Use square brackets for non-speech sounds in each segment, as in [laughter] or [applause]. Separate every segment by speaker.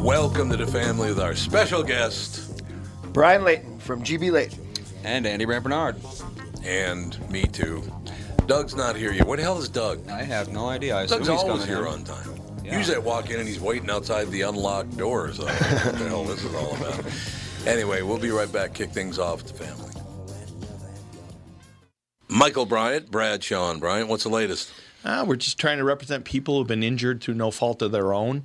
Speaker 1: Welcome to the family with our special guest
Speaker 2: Brian Layton from GB Layton.
Speaker 3: And Andy Brand Bernard.
Speaker 1: and me too. Doug's not here yet. Where the hell is Doug?
Speaker 3: I have no idea. I assume
Speaker 1: Doug's
Speaker 3: he's
Speaker 1: always
Speaker 3: coming
Speaker 1: here
Speaker 3: in.
Speaker 1: on time.
Speaker 3: Yeah.
Speaker 1: Usually I walk in and he's waiting outside the unlocked doors. I don't know what the hell this is all
Speaker 3: [laughs]
Speaker 1: about. Anyway, we'll be right back. Kick things off with the family. Michael Bryant, Brad Sean Bryant, what's the latest?
Speaker 4: Uh, we're just trying to represent people who've been injured through no fault of their own.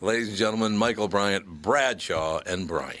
Speaker 1: Ladies and gentlemen, Michael Bryant, Bradshaw, and [clears throat] Bryant.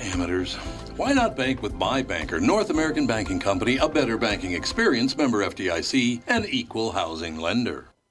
Speaker 1: Amateurs. Why not bank with my banker, North American Banking Company, a better banking experience, member FDIC, and equal housing lender?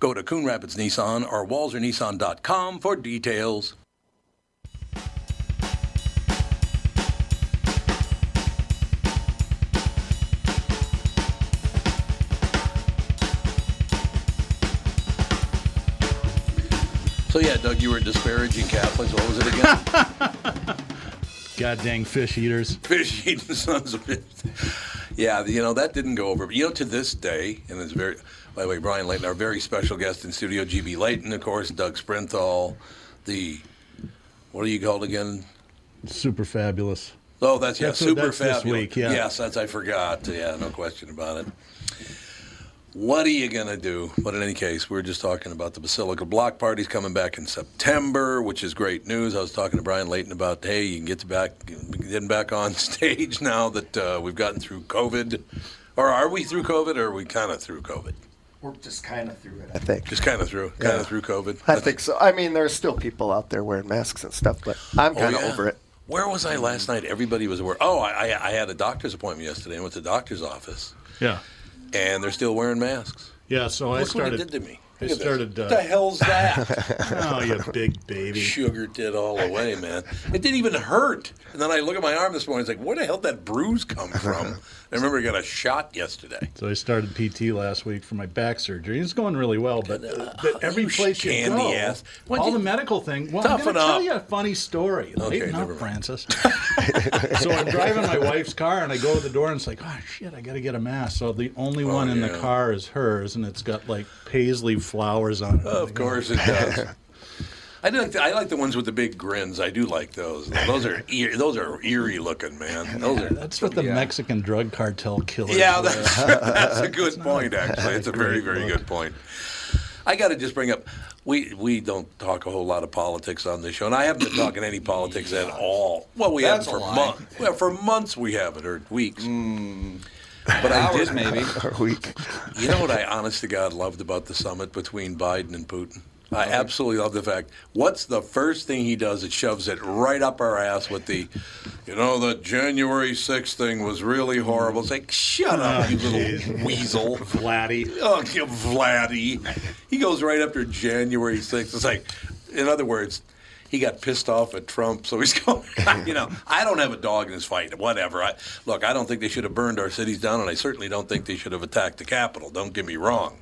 Speaker 1: Go to Coon Rapids Nissan or WalzerNissan.com for details. So, yeah, Doug, you were disparaging Catholics. What was it again?
Speaker 5: God dang fish eaters.
Speaker 1: [laughs] fish eating sons of bitches. Yeah, you know that didn't go over. You know, to this day, and it's very. By the way, Brian Layton, our very special guest in studio, GB Layton, of course, Doug Sprinthal, the what are you called again?
Speaker 4: Super fabulous.
Speaker 1: Oh, that's yeah,
Speaker 4: That's-
Speaker 1: super
Speaker 4: that's this
Speaker 1: fabulous.
Speaker 4: week, yeah.
Speaker 1: Yes, that's I forgot. Yeah, no question about it. What are you gonna do? But in any case, we were just talking about the Basilica Block Party's coming back in September, which is great news. I was talking to Brian Layton about, hey, you can get to back getting back on [laughs] stage now that uh, we've gotten through COVID, or are we through COVID, or are we kind of through COVID?
Speaker 2: We're just kind of through it.
Speaker 1: I think just kind of through, kind of
Speaker 2: Yeah.
Speaker 1: through COVID.
Speaker 2: I think so. I mean, there's still people out there wearing masks and stuff, but I'm
Speaker 1: Oh,
Speaker 2: kind of
Speaker 1: yeah.
Speaker 2: over it.
Speaker 1: Where was I last night? Everybody was aware. Oh, I, I, I had a doctor's appointment yesterday. I went to the doctor's office,
Speaker 4: Yeah.
Speaker 1: and they're still wearing masks.
Speaker 4: Yeah, so I
Speaker 1: Look
Speaker 4: started.
Speaker 1: what it did to me.
Speaker 4: I
Speaker 1: Look at this.
Speaker 4: started. uh,
Speaker 1: what the hell's that?
Speaker 4: [laughs] oh, you big baby.
Speaker 1: [laughs] Sugar did all the way, man. It didn't even hurt. And then I look at my arm this morning. It's like, where the hell did that bruise come from?
Speaker 4: [laughs]
Speaker 1: I remember I got a shot yesterday.
Speaker 4: So I started PT last week for my back surgery. It's going really well, but, uh,
Speaker 5: [sighs]
Speaker 4: but every place you
Speaker 1: candy
Speaker 4: go,
Speaker 1: ass. What'd
Speaker 4: all
Speaker 1: you-
Speaker 4: the medical thing. Well,
Speaker 1: Toughen
Speaker 4: I'm going to
Speaker 1: up.
Speaker 4: tell you a funny story.
Speaker 1: Okay,
Speaker 4: Lighten up,
Speaker 1: never mind.
Speaker 4: Francis. so I'm driving my wife's car, and I go to the door, and it's like, oh shit, I got to get a mask. So the
Speaker 5: Oh,
Speaker 4: only one in
Speaker 1: yeah.
Speaker 4: the car is hers, and it's got like paisley flowers on it.
Speaker 1: Of course it does. [laughs] I do like the, I like the ones with the big grins. I do like those. Those are eer, those are eerie looking, man. Those are
Speaker 4: That's what the Mexican drug cartel killers.
Speaker 1: Yeah,
Speaker 4: were.
Speaker 1: that's, [laughs] that's a good point, actually. It's a very, very good point. I got to just bring up we, we don't talk a whole lot of politics on this show, and I haven't been talking any politics at all. Well, we
Speaker 3: That's
Speaker 1: haven't for
Speaker 3: a lie.
Speaker 1: months. Well, for months we haven't, or weeks. But I
Speaker 3: Mm. Hours
Speaker 1: did.
Speaker 3: maybe.
Speaker 2: Are we?
Speaker 1: You know what I honest to God loved about the summit between Biden and Putin? I absolutely love the fact. What's the first thing he does? It shoves it right up our ass with the, you know, the January 6th thing was really horrible. It's like, shut up, you little weasel.
Speaker 4: Vladdy.
Speaker 1: Oh, you Vladdy. He goes right after January 6th. It's like, in other words, he got pissed off at Trump, so he's [laughs] going, you know, I don't have a dog in this fight, whatever. I, look, I don't think they should have burned our cities down, and I certainly don't think they should have attacked the Capitol. Don't get me wrong.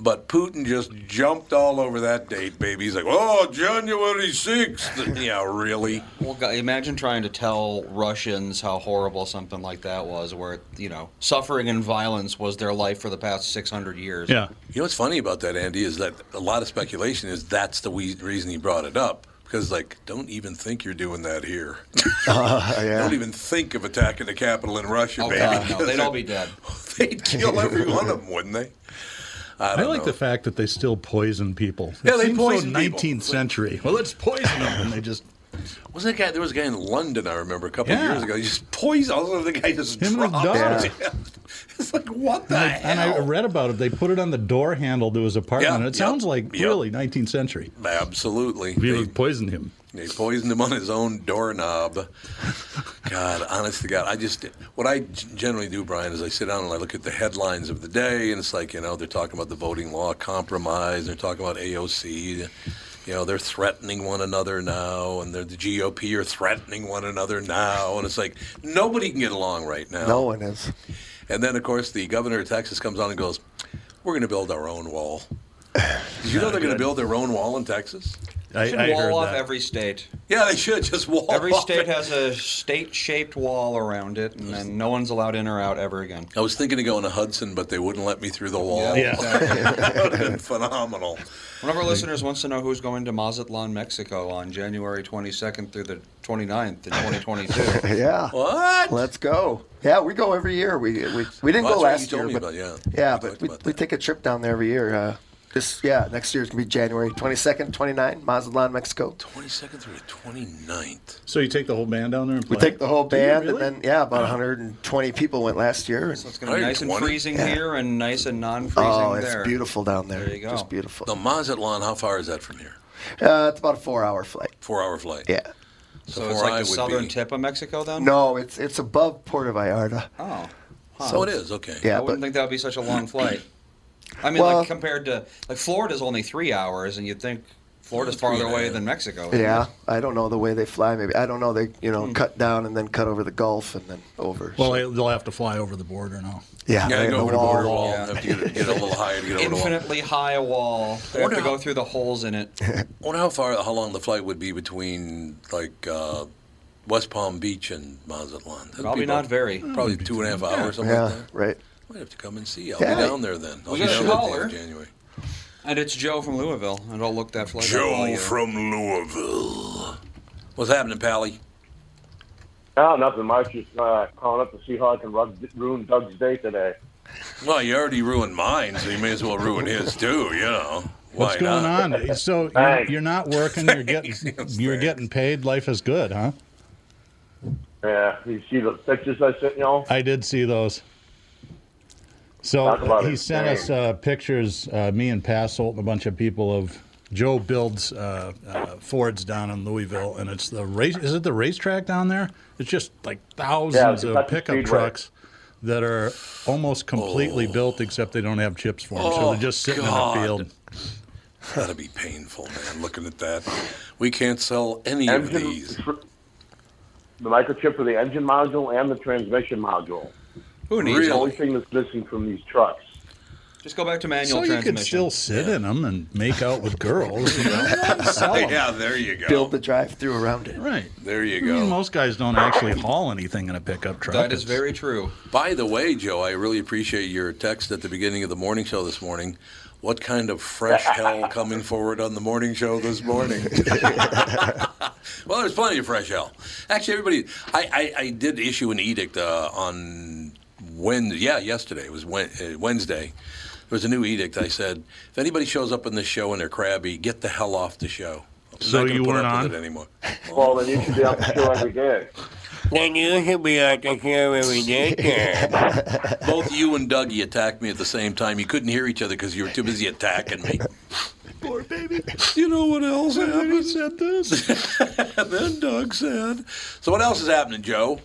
Speaker 1: But Putin just jumped all over that date, baby. He's like, oh, January 6th. [laughs] Yeah, really?
Speaker 3: Well, gu- imagine trying to tell Russians how horrible something like that was, where you know suffering and violence was their life for the past 600 years.
Speaker 4: Yeah.
Speaker 1: You know what's funny about that, Andy, is that a lot of speculation is that's the we- reason he brought it up. Because, like, don't even think you're doing that here. [laughs] Don't even think of attacking the capital in Russia,
Speaker 3: Oh
Speaker 1: baby.
Speaker 3: God, no, they'd all be dead.
Speaker 1: [laughs] They'd kill every one of them, wouldn't they? I
Speaker 4: I,
Speaker 1: don't
Speaker 4: like
Speaker 1: know.
Speaker 4: the fact that they still poison people.
Speaker 1: Yeah, they
Speaker 4: seems
Speaker 1: poison
Speaker 4: so
Speaker 1: people.
Speaker 4: 19th century. Well, let's poison them, and they just
Speaker 1: was that guy? There was a guy in London I remember a couple of
Speaker 4: Yeah.
Speaker 1: years ago. He just poisoned. Also, the guy just
Speaker 4: Him and his
Speaker 1: dropped.
Speaker 4: dog.
Speaker 1: Yeah. [laughs] It's like what the
Speaker 4: and I
Speaker 1: hell?
Speaker 4: read about it. They put it on the door handle to his apartment.
Speaker 1: Yeah,
Speaker 4: and it
Speaker 1: yep,
Speaker 4: sounds like
Speaker 1: yep.
Speaker 4: really 19th century.
Speaker 1: Absolutely.
Speaker 4: They
Speaker 1: They-
Speaker 4: poisoned him.
Speaker 1: They poisoned him on his own doorknob. God, honest to God, I just what I g- generally do, Brian, is I sit down and I look at the headlines of the day, and it's like you know they're talking about the voting law compromise, they're talking about AOC, you know they're threatening one another now, and they're, the GOP are threatening one another now, and it's like nobody can get along right now.
Speaker 2: No one is.
Speaker 1: And then, of course, the governor of Texas comes on and goes, "We're going to build our own wall." Did you know they're going to build their own wall in Texas?
Speaker 4: [laughs] I,
Speaker 3: Should
Speaker 4: I heard
Speaker 3: wall off
Speaker 4: that.
Speaker 3: every state.
Speaker 1: Yeah, they should just wall.
Speaker 3: Every
Speaker 1: off
Speaker 3: state
Speaker 1: it.
Speaker 3: has a state-shaped wall around it, and then no one's allowed in or out ever again.
Speaker 1: I was thinking of going to Hudson, but they wouldn't let me through the wall.
Speaker 4: Yeah.
Speaker 1: [laughs] that would have been phenomenal.
Speaker 3: One of our listeners wants to know who's going to Mazatlan, Mexico on January 22nd through the 29th in 2022.
Speaker 2: Yeah.
Speaker 1: What?
Speaker 2: Let's go. Yeah, we go every year. We we, we didn't
Speaker 1: Well, that's right,
Speaker 2: go last
Speaker 1: you told
Speaker 2: year,
Speaker 1: me
Speaker 2: but
Speaker 1: about- yeah.
Speaker 2: yeah,
Speaker 1: We
Speaker 2: but
Speaker 1: talked
Speaker 2: we,
Speaker 1: about
Speaker 2: we
Speaker 1: that.
Speaker 2: take a trip down there every year. Uh, this yeah, next year's gonna be January 22nd, 29, Mazatlan, Mexico.
Speaker 1: 22nd through the 29th.
Speaker 4: So you take the whole band down there and
Speaker 2: We
Speaker 4: play?
Speaker 2: take the whole
Speaker 4: Do you
Speaker 2: band,
Speaker 4: really?
Speaker 2: and then yeah, about 120 people went last year. And,
Speaker 3: so it's going to be nice and
Speaker 1: 120?
Speaker 3: freezing here and nice and non-freezing
Speaker 2: oh,
Speaker 3: there.
Speaker 2: it's beautiful down there.
Speaker 3: There you go.
Speaker 2: Just
Speaker 1: The
Speaker 2: beautiful.
Speaker 1: Mazatlan, how far is that from here?
Speaker 2: Uh, it's about a four-hour flight.
Speaker 1: Four hour flight.
Speaker 2: Yeah.
Speaker 3: So
Speaker 1: where
Speaker 3: it's
Speaker 1: I
Speaker 3: like the
Speaker 1: would
Speaker 3: southern
Speaker 1: be-
Speaker 3: tip of Mexico, then?
Speaker 2: No, it's it's above Puerto Vallarta.
Speaker 3: Oh.
Speaker 1: So it is, okay.
Speaker 2: Yeah,
Speaker 3: I wouldn't
Speaker 2: but-
Speaker 3: think that would be such a long flight. I mean,
Speaker 2: Well-
Speaker 3: like compared to like Florida's only three hours, and you'd think Florida's farther
Speaker 1: and a
Speaker 3: away
Speaker 1: half.
Speaker 3: than Mexico.
Speaker 2: Yeah, I don't know the way they fly. Maybe I don't know. They
Speaker 1: Hmm.
Speaker 2: you know cut down and then cut over the Gulf and then over.
Speaker 4: Well, they- they'll have to fly over the border now.
Speaker 2: yeah,
Speaker 1: You gotta
Speaker 2: they-
Speaker 1: go over the
Speaker 2: wall.
Speaker 1: border wall.
Speaker 3: Yeah.
Speaker 1: Have to get, get a little higher to get over the wall.
Speaker 3: Infinitely high a wall. They have
Speaker 1: Wonder
Speaker 3: to
Speaker 1: how-
Speaker 3: go through the holes in it.
Speaker 1: I wonder how far, how long the flight would be between, like, uh, West Palm Beach and Mazatlan. That'd
Speaker 3: Probably
Speaker 1: be about-
Speaker 3: not very. Hmm.
Speaker 1: Probably two and a half hours, something
Speaker 2: Yeah,
Speaker 1: like that.
Speaker 2: right.
Speaker 1: Might have to come and see. I'll
Speaker 2: Yeah.
Speaker 1: be down there then. I'll
Speaker 3: We
Speaker 1: be
Speaker 3: got
Speaker 1: down
Speaker 3: a
Speaker 1: there at the end
Speaker 3: caller.
Speaker 1: of January.
Speaker 3: And it's Joe from Louisville, and I'll look that flight up
Speaker 1: Joe
Speaker 3: while you-
Speaker 1: from Louisville. What's happening, Pally?
Speaker 6: Oh, nothing much. Just uh, calling up to see how I can rug, ruin Doug's day today.
Speaker 1: Well, you already ruined mine, so you may as well ruin his too. You know why
Speaker 7: What's going
Speaker 1: not?
Speaker 7: on?
Speaker 4: Oh,
Speaker 7: So you're,
Speaker 6: Thanks.
Speaker 7: you're not working.
Speaker 1: [laughs]
Speaker 7: You're getting you're getting paid. Life is good, huh?
Speaker 6: Yeah, you see the pictures I sent y'all?
Speaker 7: I did see those. So
Speaker 6: Talk about
Speaker 7: he
Speaker 6: it.
Speaker 7: sent
Speaker 6: Dang.
Speaker 7: us uh, pictures, uh, me and Passolt and a bunch of people of Joe builds uh, uh, Fords down in Louisville, and it's the race. Is it the racetrack down there? It's just like thousands
Speaker 6: Yeah,
Speaker 7: of
Speaker 6: Kentucky
Speaker 7: pickup
Speaker 6: Speedway.
Speaker 7: trucks that are almost completely built, except they don't have chips for them, so
Speaker 1: Oh,
Speaker 7: they're just sitting
Speaker 1: God.
Speaker 7: in the field.
Speaker 1: That'd be painful, man. Looking at that, we can't sell any of
Speaker 6: Engine,
Speaker 1: these.
Speaker 6: the microchip for the engine module and the transmission module.
Speaker 3: Who needs
Speaker 6: The only
Speaker 1: Really?
Speaker 6: thing that's missing from these trucks.
Speaker 3: it? Just go back to manual
Speaker 7: So you
Speaker 3: transmission.
Speaker 7: could still sit in 'em in them and make out with girls. you know? Sell
Speaker 1: [laughs]
Speaker 7: 'em.
Speaker 1: Yeah, there you go.
Speaker 2: Build the drive-through around it.
Speaker 7: Right.
Speaker 1: There you
Speaker 7: I mean,
Speaker 1: go.
Speaker 7: most guys don't actually haul anything in a pickup truck.
Speaker 3: that is
Speaker 7: It's-
Speaker 3: very true.
Speaker 1: By the way, Joe, I really appreciate your text at the beginning of the morning show this morning. What kind of fresh hell coming forward on the morning show this morning? well, there's plenty of fresh hell. Actually, everybody, I, I, I did issue an edict uh, on Wednesday. Yeah, yesterday. It was Wen- uh, Wednesday. There was a new edict. I said, if anybody shows up in this show and they're crabby, get the hell off the show. I'm
Speaker 7: So
Speaker 1: not gonna
Speaker 7: you
Speaker 1: put
Speaker 7: weren't
Speaker 1: up
Speaker 7: on?
Speaker 1: with it anymore.
Speaker 6: Well, then you should be out the show every day.
Speaker 8: Then you should be out the show every day,
Speaker 7: [laughs]
Speaker 8: Dad.
Speaker 1: Both you and Dougie attacked me at the same time. You couldn't hear each other because you were too busy attacking me.
Speaker 7: [laughs] Poor baby.
Speaker 1: You know what else
Speaker 7: Who
Speaker 1: happened?
Speaker 7: said this?
Speaker 1: And [laughs] then Doug said. So what else is happening, Joe?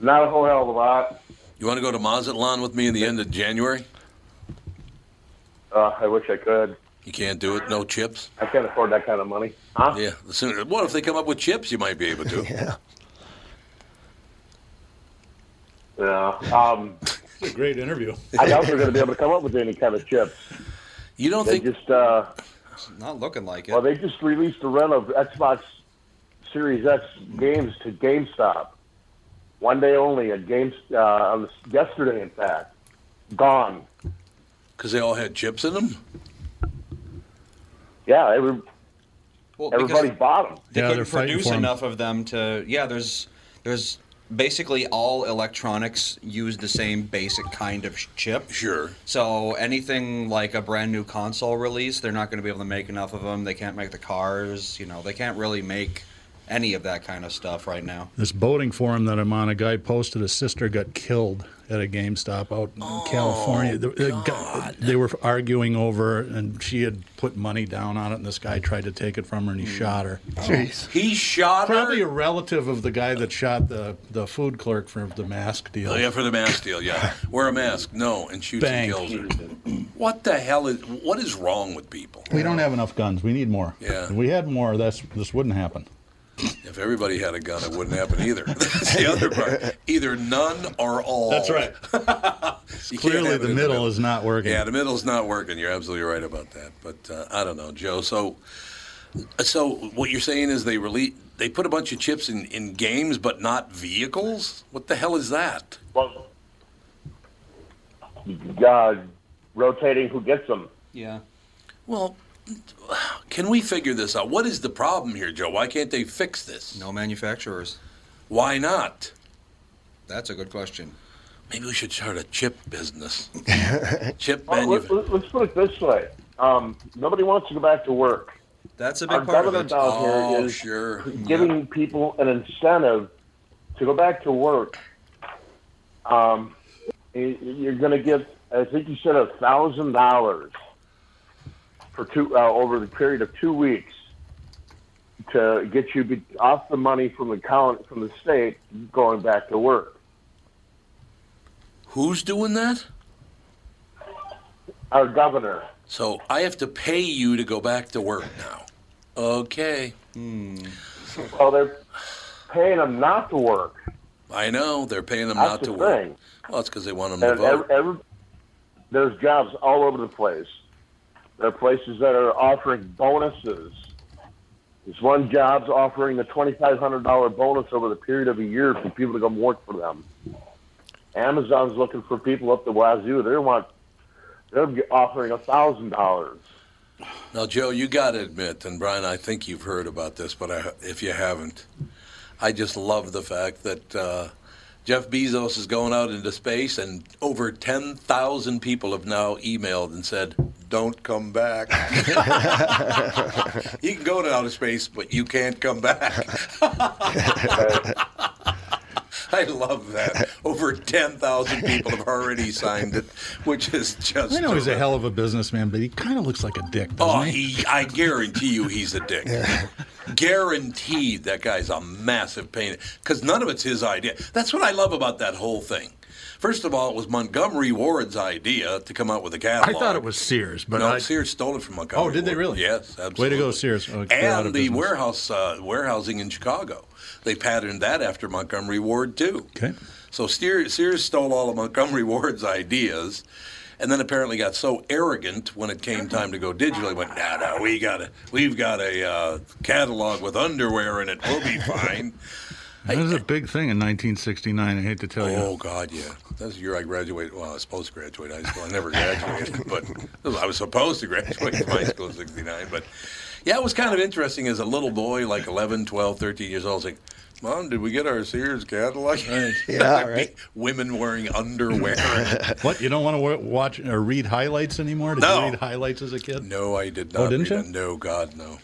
Speaker 6: Not a whole hell of a lot.
Speaker 1: You want to go to Mazatlan with me in the end of January?
Speaker 6: Uh, I wish I could.
Speaker 1: You can't do it. No chips.
Speaker 6: I can't afford that kind of money. Huh?
Speaker 1: Yeah. The sooner, what if they come up with chips? You might be able to.
Speaker 2: Yeah.
Speaker 6: Yeah. Um,
Speaker 7: It's a great interview.
Speaker 6: I doubt they're going to be able to come up with any kind of chips.
Speaker 1: You don't
Speaker 6: They
Speaker 1: think?
Speaker 6: just, uh,
Speaker 3: Not looking like it.
Speaker 6: well, they just released the rent of Xbox Series X games to GameStop. One day only at Games uh, on the- yesterday, in fact. Gone.
Speaker 1: Because they all had chips in them.
Speaker 6: Yeah, every,
Speaker 3: well, because-
Speaker 6: everybody bought them.
Speaker 3: they
Speaker 7: Yeah, they're
Speaker 3: couldn't
Speaker 7: fighting
Speaker 3: produce
Speaker 7: for 'em.
Speaker 3: enough of them to yeah there's there's basically all electronics use the same basic kind of sh- chip
Speaker 1: Sure.
Speaker 3: so anything like a brand new console release they're not going to be able to make enough of them they can't make the cars you know they can't really make any of that kind of stuff right now
Speaker 7: This boating forum that I'm on, a guy posted his sister got killed at a GameStop out in
Speaker 1: Oh,
Speaker 7: California. The- the guy- they were arguing over, and she had put money down on it, and this guy tried to take it from her, and he
Speaker 1: Hmm.
Speaker 7: shot her.
Speaker 2: Jeez.
Speaker 1: He shot
Speaker 7: Probably a
Speaker 1: her.
Speaker 7: relative of the guy that shot the, the food clerk for the mask
Speaker 1: [laughs]
Speaker 7: deal.
Speaker 1: Oh, yeah, for the mask deal. Yeah. Wear a mask. No, and shoots
Speaker 7: Bang.
Speaker 1: and kills her. What the hell is? What is wrong with people?
Speaker 7: We don't have enough guns. We need more.
Speaker 1: Yeah.
Speaker 7: If we had more, that's this wouldn't happen.
Speaker 1: If everybody had a gun, it wouldn't happen either. [laughs] That's the other part. Either none or
Speaker 6: [laughs]
Speaker 1: all. You can't
Speaker 7: Clearly,
Speaker 1: have it
Speaker 7: the
Speaker 1: in
Speaker 7: middle is not working.
Speaker 1: Yeah, the middle's not working. You're absolutely right about that. But uh, I don't know, Joe. So, so what you're saying is they release, they put a bunch of chips in, in games, but not vehicles. What the hell is that?
Speaker 6: Well, uh, rotating who gets them.
Speaker 3: yeah
Speaker 1: Well, can we figure this out? What is the problem here, Joe? Why can't they fix this?
Speaker 3: no manufacturers
Speaker 1: Why not?
Speaker 3: that's a good question
Speaker 1: Maybe we should start a chip business. chip
Speaker 6: Well, Oh, let,
Speaker 1: manufacturer.
Speaker 6: let, let's put it this way: um, nobody wants to go back to work.
Speaker 3: that's a big
Speaker 6: Our
Speaker 3: part of
Speaker 6: government
Speaker 3: it
Speaker 6: out here
Speaker 1: Oh,
Speaker 6: is
Speaker 1: sure.
Speaker 6: giving people an incentive to go back to work. Um, y- you're going to get, I think you said, a thousand dollars for two uh, over the period of two weeks to get you be- off the money from the county from the state going back to work.
Speaker 1: Who's doing that?
Speaker 6: Our governor,
Speaker 1: So I have to pay you to go back to work now. Okay.
Speaker 6: well, they're paying them not to work.
Speaker 1: I know they're paying them
Speaker 6: That's
Speaker 1: not
Speaker 6: the
Speaker 1: to
Speaker 6: thing.
Speaker 1: work. Well, it's because they want them to
Speaker 6: And
Speaker 1: vote.
Speaker 6: ev every, there's jobs all over the place. There are places that are offering bonuses This one job's offering a $2,500 bonus over the period of a year for people to come work for them. Amazon's looking for people up the wazoo. They want they're offering a thousand dollars.
Speaker 1: Now, Joe, you got to admit, and Brian, I think you've heard about this, but I, if you haven't, I just love the fact that uh, Jeff Bezos is going out into space, and over 10,000 people have now emailed and said, don't come back. you can go to outer space, but you can't come back. I love that. Over 10,000 people have already signed it, which is just.
Speaker 7: I know he's a
Speaker 1: terrific.
Speaker 7: hell of a businessman, but he kind of looks like a dick, doesn't
Speaker 1: Oh,
Speaker 7: he?
Speaker 1: he, I guarantee you he's a dick. Guaranteed that guy's a massive pain because none of it's his idea. That's what I love about that whole thing. First of all, it was Montgomery Ward's idea to come out with a
Speaker 7: I
Speaker 1: catalog.
Speaker 7: thought it was Sears, but
Speaker 1: no,
Speaker 7: I,
Speaker 1: Sears stole it from Montgomery.
Speaker 7: Oh, did they
Speaker 1: Ward.
Speaker 7: really?
Speaker 1: Yes, absolutely.
Speaker 7: Way to go, Sears. Oh, they're out
Speaker 1: And
Speaker 7: of
Speaker 1: the
Speaker 7: business.
Speaker 1: warehouse uh, warehousing in Chicago, they patterned that after Montgomery Ward too.
Speaker 7: Okay.
Speaker 1: So Sears, Sears stole all of Montgomery Ward's ideas, and then apparently got so arrogant when it came time to go digital. He went, "No, no, we got a, we've got a uh, catalog with underwear in it. We'll be fine."
Speaker 7: That was a big thing in 1969. I hate to tell you.
Speaker 1: Oh God, yeah. That's the year I graduated. Well, I was supposed to graduate high school. I never graduated, [laughs] but I was supposed to graduate from high school in '69. But yeah, it was kind of interesting as a little boy, like 11, 12, 13 years old. I was like, Mom, did we get our Sears catalog? [laughs]
Speaker 7: Yeah, right.
Speaker 1: Women wearing underwear.
Speaker 7: what? You don't want to wa- watch or read highlights anymore? Did
Speaker 1: No.
Speaker 7: you read highlights as a kid?
Speaker 1: No, I did not.
Speaker 7: Oh, didn't
Speaker 1: read
Speaker 7: you?
Speaker 1: it. No, God, no.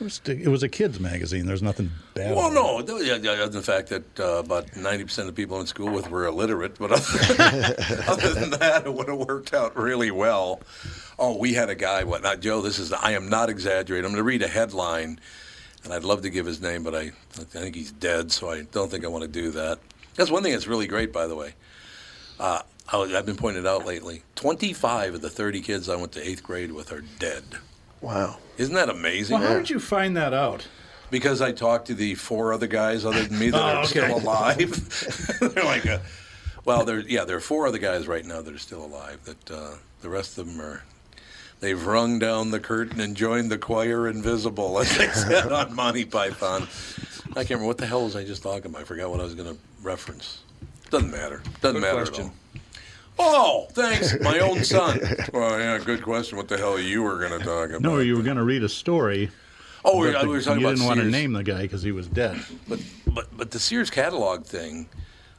Speaker 7: It was, it was a kid's magazine. There's nothing bad.
Speaker 1: Well,
Speaker 7: about
Speaker 1: no. no, yeah, yeah, Other than the fact that uh, about ninety percent of the people in school with were illiterate, but other,
Speaker 7: [laughs]
Speaker 1: other than that, it would have worked out really well. Oh, we had a guy. What now, Joe? This is. I am not exaggerating. I'm going to read a headline, and I'd love to give his name, but I, I think he's dead, so I don't think I want to do that. That's one thing that's really great, by the way. Uh, I, was- I've been pointed out lately. Twenty-five of the thirty kids I went to eighth grade with are dead.
Speaker 2: Wow.
Speaker 1: Isn't that
Speaker 7: it.
Speaker 1: amazing?
Speaker 7: Well, how did you find that out?
Speaker 1: Because I talked to the four other guys other than me that
Speaker 7: Oh,
Speaker 1: are
Speaker 7: okay.
Speaker 1: still alive. they're like, a, well, there, yeah, there are four other guys right now that are still alive. That uh, the rest of them are, they've rung down the curtain and joined the choir invisible, as they said on Monty Python. I can't remember what the hell was I just talking about. I forgot what I was going to reference. Doesn't matter. Doesn't
Speaker 3: Good
Speaker 1: matter
Speaker 3: question.
Speaker 1: at all. Oh, thanks, my own son. [laughs] well, yeah, good question. What the hell you were going to talk about?
Speaker 7: No, you were going to read a story.
Speaker 1: Oh, we-
Speaker 7: about
Speaker 1: I- we were talking
Speaker 7: you
Speaker 1: about
Speaker 7: didn't want to
Speaker 1: Sears.
Speaker 7: name the guy because he was dead.
Speaker 1: But but but the Sears catalog thing,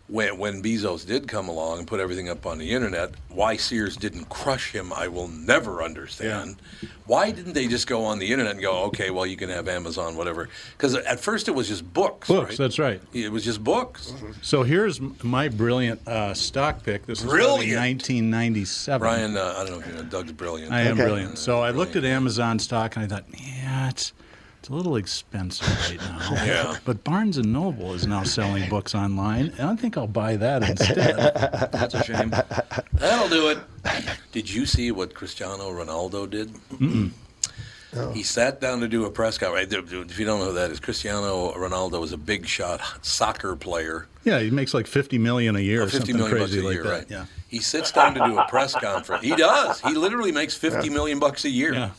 Speaker 1: when when Bezos did come along and put everything up on the internet, why Sears didn't crush him, I will never understand. Why didn't they just go on the internet and go, okay, well you can have Amazon, whatever? Because at first it was just books.
Speaker 7: Books,
Speaker 1: right?
Speaker 7: that's Mm-hmm. right.
Speaker 1: It was just books.
Speaker 7: So here's m- my brilliant uh, stock pick. This is from
Speaker 1: Brilliant.
Speaker 7: 1997.
Speaker 1: Brian, uh, I don't know if you know, Doug's brilliant.
Speaker 7: I am brilliant. So I looked at Amazon stock and I thought, yeah, it's it's a little expensive right
Speaker 1: [laughs]
Speaker 7: now.
Speaker 1: Yeah.
Speaker 7: But Barnes and Noble is now selling books online, and I think I'll buy that instead.
Speaker 1: [laughs]
Speaker 7: That's
Speaker 3: a shame.
Speaker 1: That'll do it. Did you see what Cristiano Ronaldo did?
Speaker 7: Mm-mm.
Speaker 1: He sat down to do a press conference. If you don't know who that is, Cristiano Ronaldo was a big shot soccer player.
Speaker 7: Yeah, he makes like 50 million a year or
Speaker 1: 50
Speaker 7: something
Speaker 1: million bucks
Speaker 7: crazy
Speaker 1: a
Speaker 7: like
Speaker 1: year,
Speaker 7: that.
Speaker 1: right?
Speaker 7: Yeah.
Speaker 1: He sits down to do a press conference. He does. He literally makes fifty million bucks a year.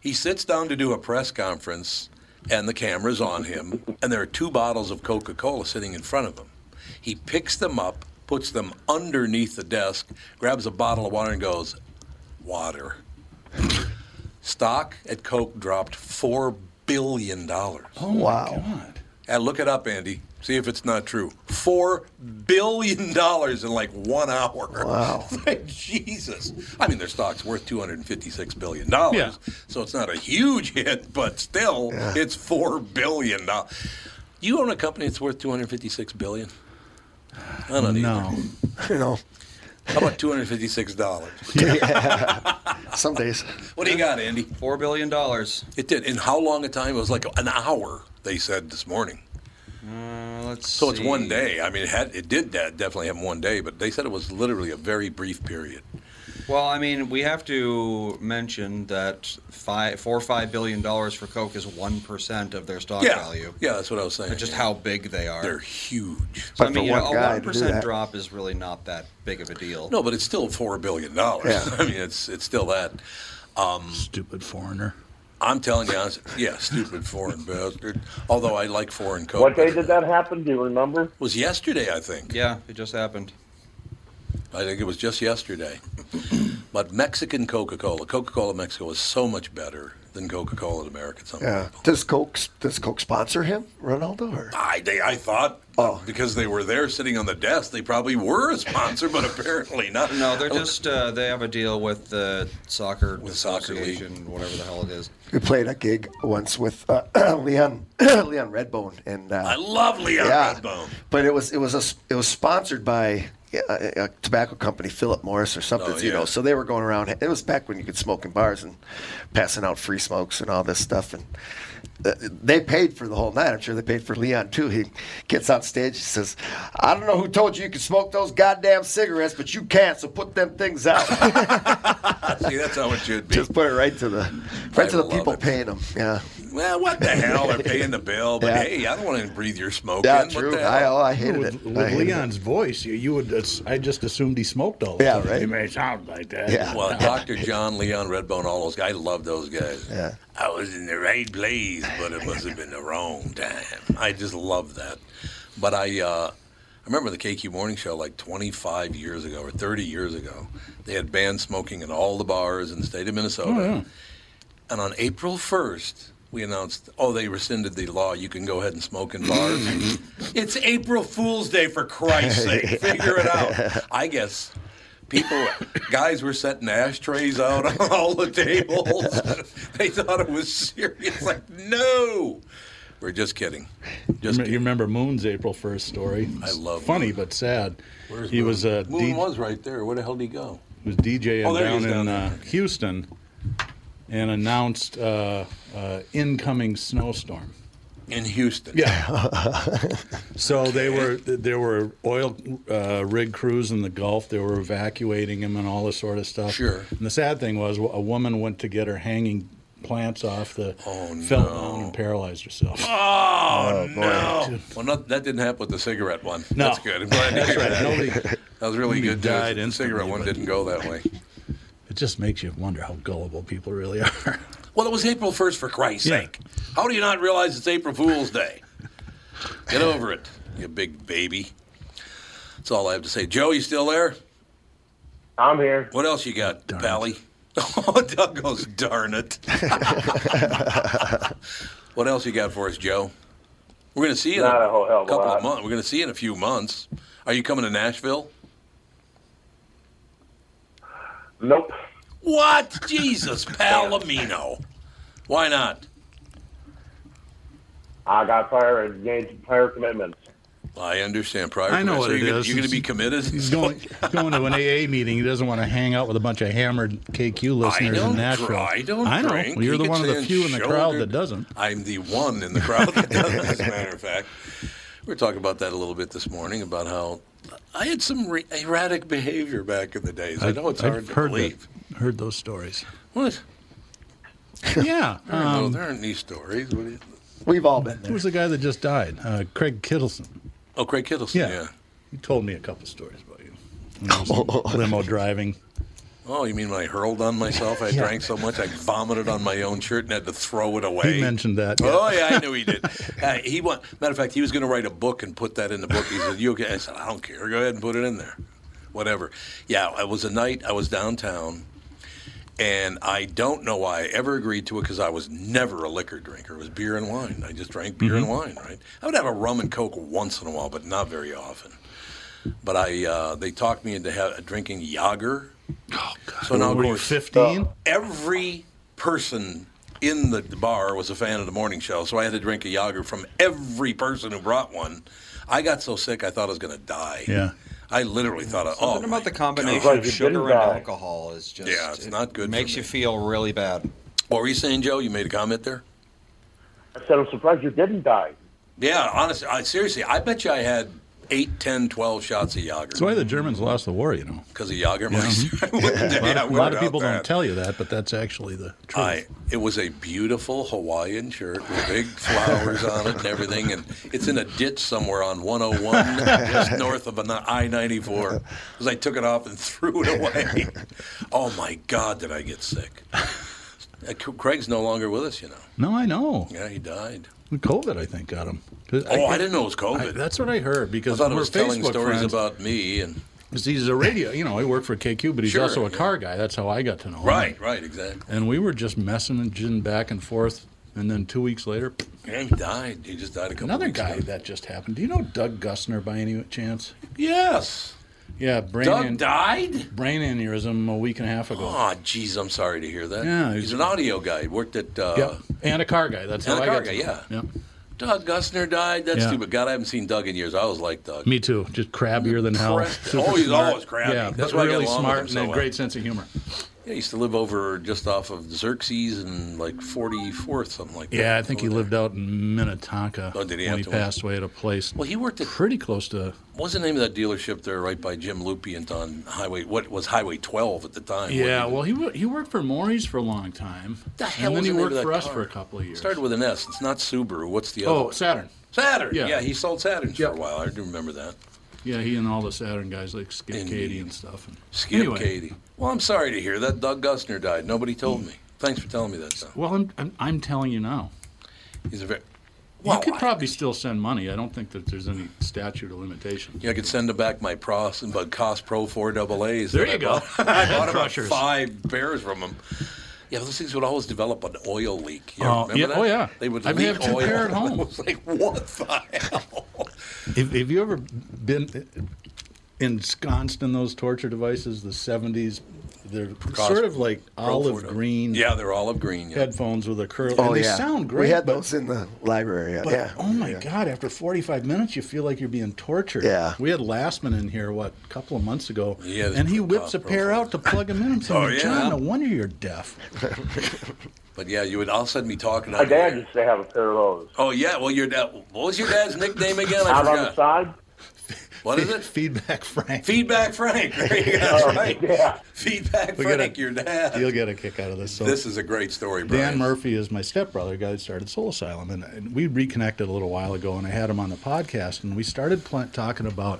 Speaker 1: He sits down to do a press conference, and the camera's on him, and there are two bottles of Coca Cola sitting in front of him. He picks them up, puts them underneath the desk, grabs a bottle of water, and goes, Water. Stock at Coke dropped $4 billion.
Speaker 7: Oh, wow.
Speaker 1: And look it up, Andy. See if it's not true. Four billion dollars in like one hour.
Speaker 2: Wow. [laughs]
Speaker 1: [laughs] Jesus. I mean, their stock's worth two hundred and fifty-six billion dollars. So it's not a huge hit, but still, it's four billion dollars. You own a company that's worth two hundred fifty-six billion. I don't
Speaker 7: no.
Speaker 1: either.
Speaker 4: [laughs]
Speaker 1: No. How about two hundred fifty-six dollars?
Speaker 2: [laughs] Some days.
Speaker 1: What do you got, Andy? Four billion dollars. It did. In how long a time? It was like an hour. They said this morning.
Speaker 3: let's
Speaker 1: so it's one
Speaker 3: see.
Speaker 1: day. I mean, it, had, it did that definitely happen one day, but they said it was literally a very brief period.
Speaker 3: Well, I mean, we have to mention that five, four or five billion dollars for Coke is one percent of their stock
Speaker 1: yeah,
Speaker 3: value.
Speaker 1: yeah, that's what I was saying.
Speaker 3: But just how big they are.
Speaker 1: They're huge.
Speaker 3: So, I mean, you know, a one percent drop is really not that big of a deal.
Speaker 1: No, but it's [laughs] still four billion dollars. I mean, it's it's still that. Um,
Speaker 7: Stupid foreigner.
Speaker 1: I'm telling you, honestly, yeah, stupid foreign bastard. Although I like foreign coke.
Speaker 6: What day
Speaker 1: better.
Speaker 6: did that happen? Do you remember?
Speaker 1: was yesterday, I think.
Speaker 3: Yeah, it just happened.
Speaker 1: I think it was just yesterday. But Mexican Coca-Cola, Coca-Cola Mexico is so much better than Coca-Cola in America. at Some
Speaker 2: Yeah. Does Coke does Coke sponsor him, Ronaldo? Or?
Speaker 1: I, they, I thought
Speaker 2: Oh.
Speaker 1: because they were there sitting on the desk, they probably were a sponsor, but apparently not.
Speaker 3: No, they're just uh, they have a deal with the soccer
Speaker 1: soccer league.
Speaker 3: association, whatever the hell it is.
Speaker 2: We played a gig once with uh, [clears throat] Leon Leon Redbone, and uh,
Speaker 1: I love Leon
Speaker 2: yeah.
Speaker 1: Redbone.
Speaker 2: But it was it was a, s- it was sponsored by uh, a, a tobacco company, Philip Morris or something,
Speaker 1: Oh,
Speaker 2: you
Speaker 1: yeah.
Speaker 2: know. So they were going around. It was back when you could smoke in bars and passing out free smokes and all this stuff. And uh, they paid for the whole night. I'm sure they paid for Leon too. He gets on stage. He says, "I don't know who told you you could smoke those goddamn cigarettes, but you can. So put them
Speaker 1: [laughs]
Speaker 2: things out."
Speaker 1: See, that's how it should be.
Speaker 2: Just put it right to the right to the people paying them. Yeah.
Speaker 1: Well, what the hell?
Speaker 2: [laughs]
Speaker 1: They're paying the bill, but
Speaker 2: Yeah.
Speaker 1: hey, I don't want to breathe your smoke.
Speaker 2: Yeah,
Speaker 1: in.
Speaker 2: true.
Speaker 1: What the
Speaker 2: I-
Speaker 1: hell?
Speaker 2: oh, I hated
Speaker 7: with,
Speaker 2: it.
Speaker 7: With
Speaker 2: I hated
Speaker 7: Leon's voice, you, you would. That's, I just assumed he smoked all the
Speaker 2: Yeah,
Speaker 7: time.
Speaker 2: right.
Speaker 7: He may sound like that.
Speaker 1: Well,
Speaker 2: [laughs]
Speaker 1: Dr. John, Leon Redbone, all those guys, I love those guys.
Speaker 2: Yeah.
Speaker 1: I was in the right place, but it must have been the wrong time. I just love that. But I, uh, I remember the KQ Morning Show like 25 years ago or 30 years ago. They had banned smoking in all the bars in the state of Minnesota.
Speaker 7: Oh, yeah.
Speaker 1: And on April 1st, we announced, oh, they rescinded the law. You can go ahead and smoke in bars. it's April Fool's Day, for Christ's sake. Figure it out. I guess people, guys were setting ashtrays out on all the tables. they thought it was serious. Like, no. We're just kidding. Just
Speaker 7: you remember Moon's April first story?
Speaker 1: I love
Speaker 7: Funny but sad. he
Speaker 1: Moon?
Speaker 7: was uh, a
Speaker 1: Moon
Speaker 7: DJ,
Speaker 1: was right there. Where the hell did he go?
Speaker 7: was DJing
Speaker 1: Oh, there he is
Speaker 7: down
Speaker 1: down
Speaker 7: in
Speaker 1: there.
Speaker 7: uh, Houston, and announced uh, uh, incoming snowstorm.
Speaker 1: In Houston.
Speaker 7: Yeah. so they were there were oil uh, rig crews in the Gulf. They were evacuating him and all this sort of stuff.
Speaker 1: Sure.
Speaker 7: And the sad thing was, a woman went to get her hanging plants off the fell down and paralyzed herself.
Speaker 1: [laughs] Oh, no! Well, not, that didn't happen with the cigarette one.
Speaker 7: No.
Speaker 1: that's good. I'm glad to
Speaker 7: That's
Speaker 1: hear
Speaker 7: right.
Speaker 1: that.
Speaker 7: Nobody-
Speaker 1: that was really
Speaker 7: nobody
Speaker 1: good. news.
Speaker 7: died
Speaker 1: The cigarette one didn't go that way.
Speaker 7: It just makes you wonder how gullible people really are.
Speaker 1: Well, it was April first for Christ's
Speaker 7: Yeah.
Speaker 1: sake. How do you not realize it's April Fool's Day? Get over it, you big baby. That's all I have to say. Joe, you still there?
Speaker 6: I'm here.
Speaker 1: What else you got, Pally? [laughs] Oh, Doug goes, darn it. [laughs] what else you got for us, Joe? We're going to see you
Speaker 6: Not
Speaker 1: in
Speaker 6: a whole hell of a
Speaker 1: couple
Speaker 6: lot.
Speaker 1: of months. We're going to see you in a few months. Are you coming to Nashville?
Speaker 6: Nope.
Speaker 1: What?
Speaker 6: [laughs]
Speaker 1: Jesus, Palomino. Why not?
Speaker 6: I got prior engaged prior commitments.
Speaker 1: I understand. Prior
Speaker 7: I know
Speaker 1: commitment.
Speaker 7: what
Speaker 1: so
Speaker 7: it
Speaker 1: you're gonna-
Speaker 7: is.
Speaker 1: You're going to be committed. [laughs]
Speaker 7: He's going, going to an AA meeting. He doesn't want to hang out with a bunch of hammered KQ listeners
Speaker 1: don't
Speaker 7: in Nashville.
Speaker 1: dr- I don't
Speaker 7: I know.
Speaker 1: drink.
Speaker 7: Well, you're
Speaker 1: He
Speaker 7: the
Speaker 1: could
Speaker 7: one of the
Speaker 1: stand
Speaker 7: few in the crowd that
Speaker 1: shouldered-
Speaker 7: doesn't.
Speaker 1: I'm the one in the crowd that does, as a matter of fact. We were talking about that a little bit this morning about how I had some re- erratic behavior back in the days. I, know it's
Speaker 7: I've
Speaker 1: hard to
Speaker 7: heard
Speaker 1: believe.
Speaker 7: that- heard those
Speaker 1: [laughs]
Speaker 7: stories.
Speaker 1: What?
Speaker 7: [laughs] Yeah.
Speaker 1: There, are no,
Speaker 7: um,
Speaker 1: there aren't these stories. What do you-
Speaker 2: We've all been
Speaker 7: Who was the guy that just died? Uh, Craig Kittleson.
Speaker 1: oh, Craig Kittleson.
Speaker 7: Yeah.
Speaker 1: Yeah.
Speaker 7: He told me a couple stories
Speaker 1: [laughs]
Speaker 7: about you. When I was limo driving.
Speaker 1: Oh, you mean when I hurled on myself? I drank so much I vomited on my own shirt and had to throw it away.
Speaker 7: He mentioned that.
Speaker 1: Oh yeah, I knew he did. Uh, he wa- matter of fact, he was going to write a book and put that in the book. He said, "You okay?" I said, "I don't care. Go ahead and put it in there, whatever." Yeah, it was a night I was downtown, and I don't know why I ever agreed to it because I was never a liquor drinker. It was beer and wine. I just drank beer and
Speaker 7: Mm-hmm.
Speaker 1: wine. Right? I would have a rum and coke once in a while, but not very often. But I, uh, they talked me into ha- drinking Jager. So now, of
Speaker 7: Oh, Were you
Speaker 1: course,
Speaker 7: 15?
Speaker 1: every person in the bar was a fan of the morning show, so I had to drink a Jager from every person who brought one. I got so sick I thought I was going to die.
Speaker 7: Yeah.
Speaker 1: I literally thought, of, oh,
Speaker 3: Something about
Speaker 1: my
Speaker 3: the combination
Speaker 1: God.
Speaker 3: of sugar and alcohol is just
Speaker 1: Yeah, it's not good.
Speaker 3: makes
Speaker 1: for
Speaker 3: you
Speaker 1: me.
Speaker 3: feel really bad.
Speaker 1: What were you saying, Joe? You made a comment there.
Speaker 6: I said I'm surprised you didn't die.
Speaker 1: Yeah, honestly, I, seriously, I bet you I had 8, 10, 12 shots of Jager
Speaker 7: That's why the Germans lost the war, you know.
Speaker 1: because of [laughs] Jagermeister. [laughs] Yeah.
Speaker 7: A lot, of- a lot of people don't tell you that, but that's actually the truth.
Speaker 1: I, it was a beautiful Hawaiian shirt with big flowers on it and everything, and it's in a ditch somewhere on
Speaker 7: [laughs]
Speaker 1: 101, just north of an I-94. Because [laughs] I took it off and threw it away. Oh my God, did I get sick? Uh, C- Craig's no longer with us, you know.
Speaker 7: No, I know.
Speaker 1: Yeah, he died.
Speaker 7: COVID, I think, got him.
Speaker 1: Oh, I didn't know it was COVID.
Speaker 7: I- that's what I heard because
Speaker 1: I thought it
Speaker 7: we're
Speaker 1: was telling
Speaker 7: Facebook
Speaker 1: stories
Speaker 7: friends.
Speaker 1: about me and
Speaker 7: 'Cause he's a radio. You know, he worked for KQ, but he's
Speaker 1: Sure,
Speaker 7: also a
Speaker 1: yeah.
Speaker 7: car guy. That's how I got to know him.
Speaker 1: right, right, exactly.
Speaker 7: And we were just messaging back and forth, and then two weeks later,
Speaker 1: And he died. He just died a couple.
Speaker 7: another
Speaker 1: weeks
Speaker 7: guy
Speaker 1: Ago.
Speaker 7: that just happened. Do you know Doug Gussner by any chance?
Speaker 1: Yes.
Speaker 7: Yeah, brain
Speaker 1: Doug
Speaker 7: an-
Speaker 1: died?
Speaker 7: Brain aneurysm a week and a half ago.
Speaker 1: Oh, jeez, I'm sorry to hear that.
Speaker 7: Yeah,
Speaker 1: he's,
Speaker 7: he's-
Speaker 1: an audio guy. He worked at. Uh,
Speaker 7: Yep. And a car guy. That's
Speaker 1: and
Speaker 7: how
Speaker 1: a
Speaker 7: I
Speaker 1: car
Speaker 7: got
Speaker 1: guy,
Speaker 7: to know him.
Speaker 1: yeah. Doug Gussner died. That's
Speaker 7: Yeah.
Speaker 1: stupid. God, I haven't seen Doug in years. I always liked Doug.
Speaker 7: Yep. Me too. Just crabbier than hell.
Speaker 1: Pressed-
Speaker 7: Super
Speaker 1: oh, he's
Speaker 7: smart.
Speaker 1: always crabby.
Speaker 7: Yeah,
Speaker 1: That's
Speaker 7: but
Speaker 1: why I get
Speaker 7: really
Speaker 1: along with
Speaker 7: smart
Speaker 1: him so
Speaker 7: and a
Speaker 1: well.
Speaker 7: great sense of humor.
Speaker 1: Yeah, he used to live over just off of Xerxes and like 44th, something like that.
Speaker 7: Yeah, I think he lived out in Minnetonka
Speaker 1: Oh, did he
Speaker 7: when
Speaker 1: have
Speaker 7: he
Speaker 1: to-
Speaker 7: passed away at a place.
Speaker 1: Well, he worked at
Speaker 7: pretty close to.
Speaker 1: What was the name of that dealership there right by Jim Lupiant on Highway, what was Highway 12 at the time?
Speaker 7: Yeah, well, he wo- he worked for Maury's for a long time.
Speaker 1: The hell
Speaker 7: and then
Speaker 1: was
Speaker 7: he
Speaker 1: the name
Speaker 7: worked
Speaker 1: of that
Speaker 7: for us
Speaker 1: car?
Speaker 7: for a couple of years.
Speaker 1: started with an S. It's not Subaru. What's the other?
Speaker 7: oh, Saturn.
Speaker 1: Saturn. Yeah.
Speaker 7: Yeah.
Speaker 1: he sold Saturns for a while. I do remember that.
Speaker 7: Yeah, he and all the Saturn guys like Skip
Speaker 1: Indeed.
Speaker 7: Katie and stuff. And
Speaker 1: Skip
Speaker 7: Anyway.
Speaker 1: Katie. Well, I'm sorry to hear that. Doug Gustner died. Nobody
Speaker 7: Mm.
Speaker 1: told me. Thanks for telling me that. Son.
Speaker 7: Well, I'm, I'm I'm telling you now.
Speaker 1: He's a very.
Speaker 7: you could probably still send money. I don't think that there's any statute of limitation.
Speaker 1: Yeah, I could send him back my pros, but cost pro four double A's.
Speaker 7: There
Speaker 1: that
Speaker 7: you
Speaker 1: I
Speaker 7: go. [laughs]
Speaker 1: Bought. I bought about
Speaker 7: Crushers.
Speaker 1: five bears from him. Yeah, those things would always develop an oil leak. You
Speaker 7: Oh,
Speaker 1: remember
Speaker 7: yeah.
Speaker 1: that?
Speaker 7: Oh, yeah.
Speaker 1: They would
Speaker 7: I
Speaker 1: leak
Speaker 7: have two
Speaker 1: oil. [laughs]
Speaker 7: pair at home.
Speaker 1: I was like, what the hell?
Speaker 7: Have, have you ever been ensconced in those torture devices? The '70s, they're sort of like olive green
Speaker 1: Yeah, they're olive green. Yeah.
Speaker 7: headphones with a curl.
Speaker 2: Oh
Speaker 7: and they
Speaker 2: yeah,
Speaker 7: sound great.
Speaker 2: We had
Speaker 7: but-
Speaker 2: those in the library. Yeah,
Speaker 7: But
Speaker 2: yeah.
Speaker 7: oh my God, after 45 minutes, you feel like you're being tortured.
Speaker 2: Yeah.
Speaker 7: We had Lastman in here, what, a couple of months ago.
Speaker 1: Yeah,
Speaker 7: and he whips a pair out to plug him
Speaker 1: [laughs]
Speaker 7: in. I'm saying,
Speaker 1: Oh, yeah.
Speaker 7: John, no wonder you're deaf.
Speaker 1: But yeah, you would all sudden be talking.
Speaker 6: My
Speaker 1: on your-
Speaker 6: dad used to have a pair of those.
Speaker 1: Oh yeah, well your dad. What was your dad's nickname again? I
Speaker 6: Out on the
Speaker 1: forgot.
Speaker 6: side? Oh,
Speaker 1: What is it?
Speaker 7: [laughs] Feedback Frank.
Speaker 1: Feedback Frank. [laughs] There you go. That's right.
Speaker 6: Yeah.
Speaker 1: Feedback
Speaker 7: We gotta-
Speaker 1: Frank. Your dad.
Speaker 7: You'll get a kick out of this. So
Speaker 1: This is a great story, Brian.
Speaker 7: Dan Murphy is my stepbrother, the guy that started Soul Asylum. And, and we reconnected a little while ago, and I had him on the podcast, and we started pl- talking about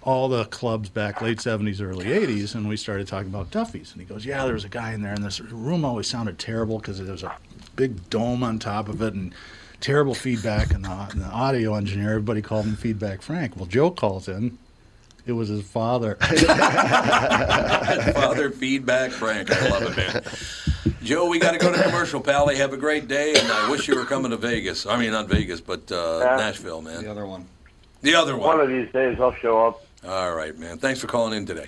Speaker 7: all the clubs back late 70s, early 80s, and we started talking about Duffy's. And he goes, Yeah, there was a guy in there, and this room always sounded terrible because there was a big dome on top of it and terrible feedback. And the, and the audio engineer, everybody called him Feedback Frank. Well, Joe calls in. It was his father.
Speaker 1: Father Feedback Frank. I love it, man. Joe, we got to go to commercial, Pally. Have a great day, and I wish you were coming to Vegas. I mean, not Vegas, but uh,
Speaker 6: Yeah.
Speaker 1: Nashville, man.
Speaker 3: The other one.
Speaker 1: The other
Speaker 6: One
Speaker 1: one.
Speaker 6: of these days I'll show up.
Speaker 1: All right, man. Thanks for calling in today.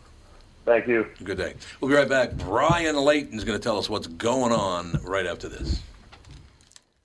Speaker 6: [laughs] Thank you.
Speaker 1: Good day. We'll be right back. Brian Layton's going to tell us what's going on right after this.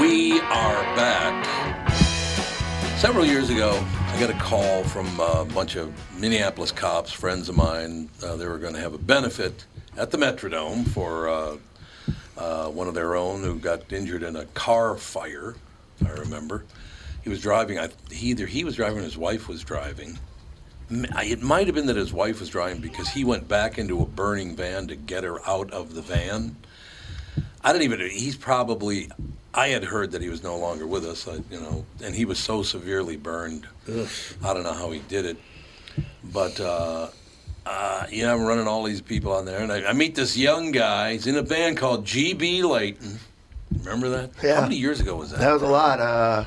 Speaker 1: We are back. Several years ago, I got a call from a bunch of Minneapolis cops, friends of mine. Uh, they were going to have a benefit at the Metrodome for uh, uh, one of their own who got injured in a car fire. I remember he was driving. I, he either he was driving, or his wife was driving. M- I- It might have been that his wife was driving because he went back into a burning van to get her out of the van. I didn't even. He's probably. I had heard that he was no longer with us. I, you know, and he was so severely burned. I don't know how he did it, but uh, uh, you know, I'm running all these people on there, and I, I meet this young guy. He's in a band called GB Layton. Remember that?
Speaker 2: Yeah.
Speaker 1: How many years ago was that?
Speaker 2: That was a lot. Uh,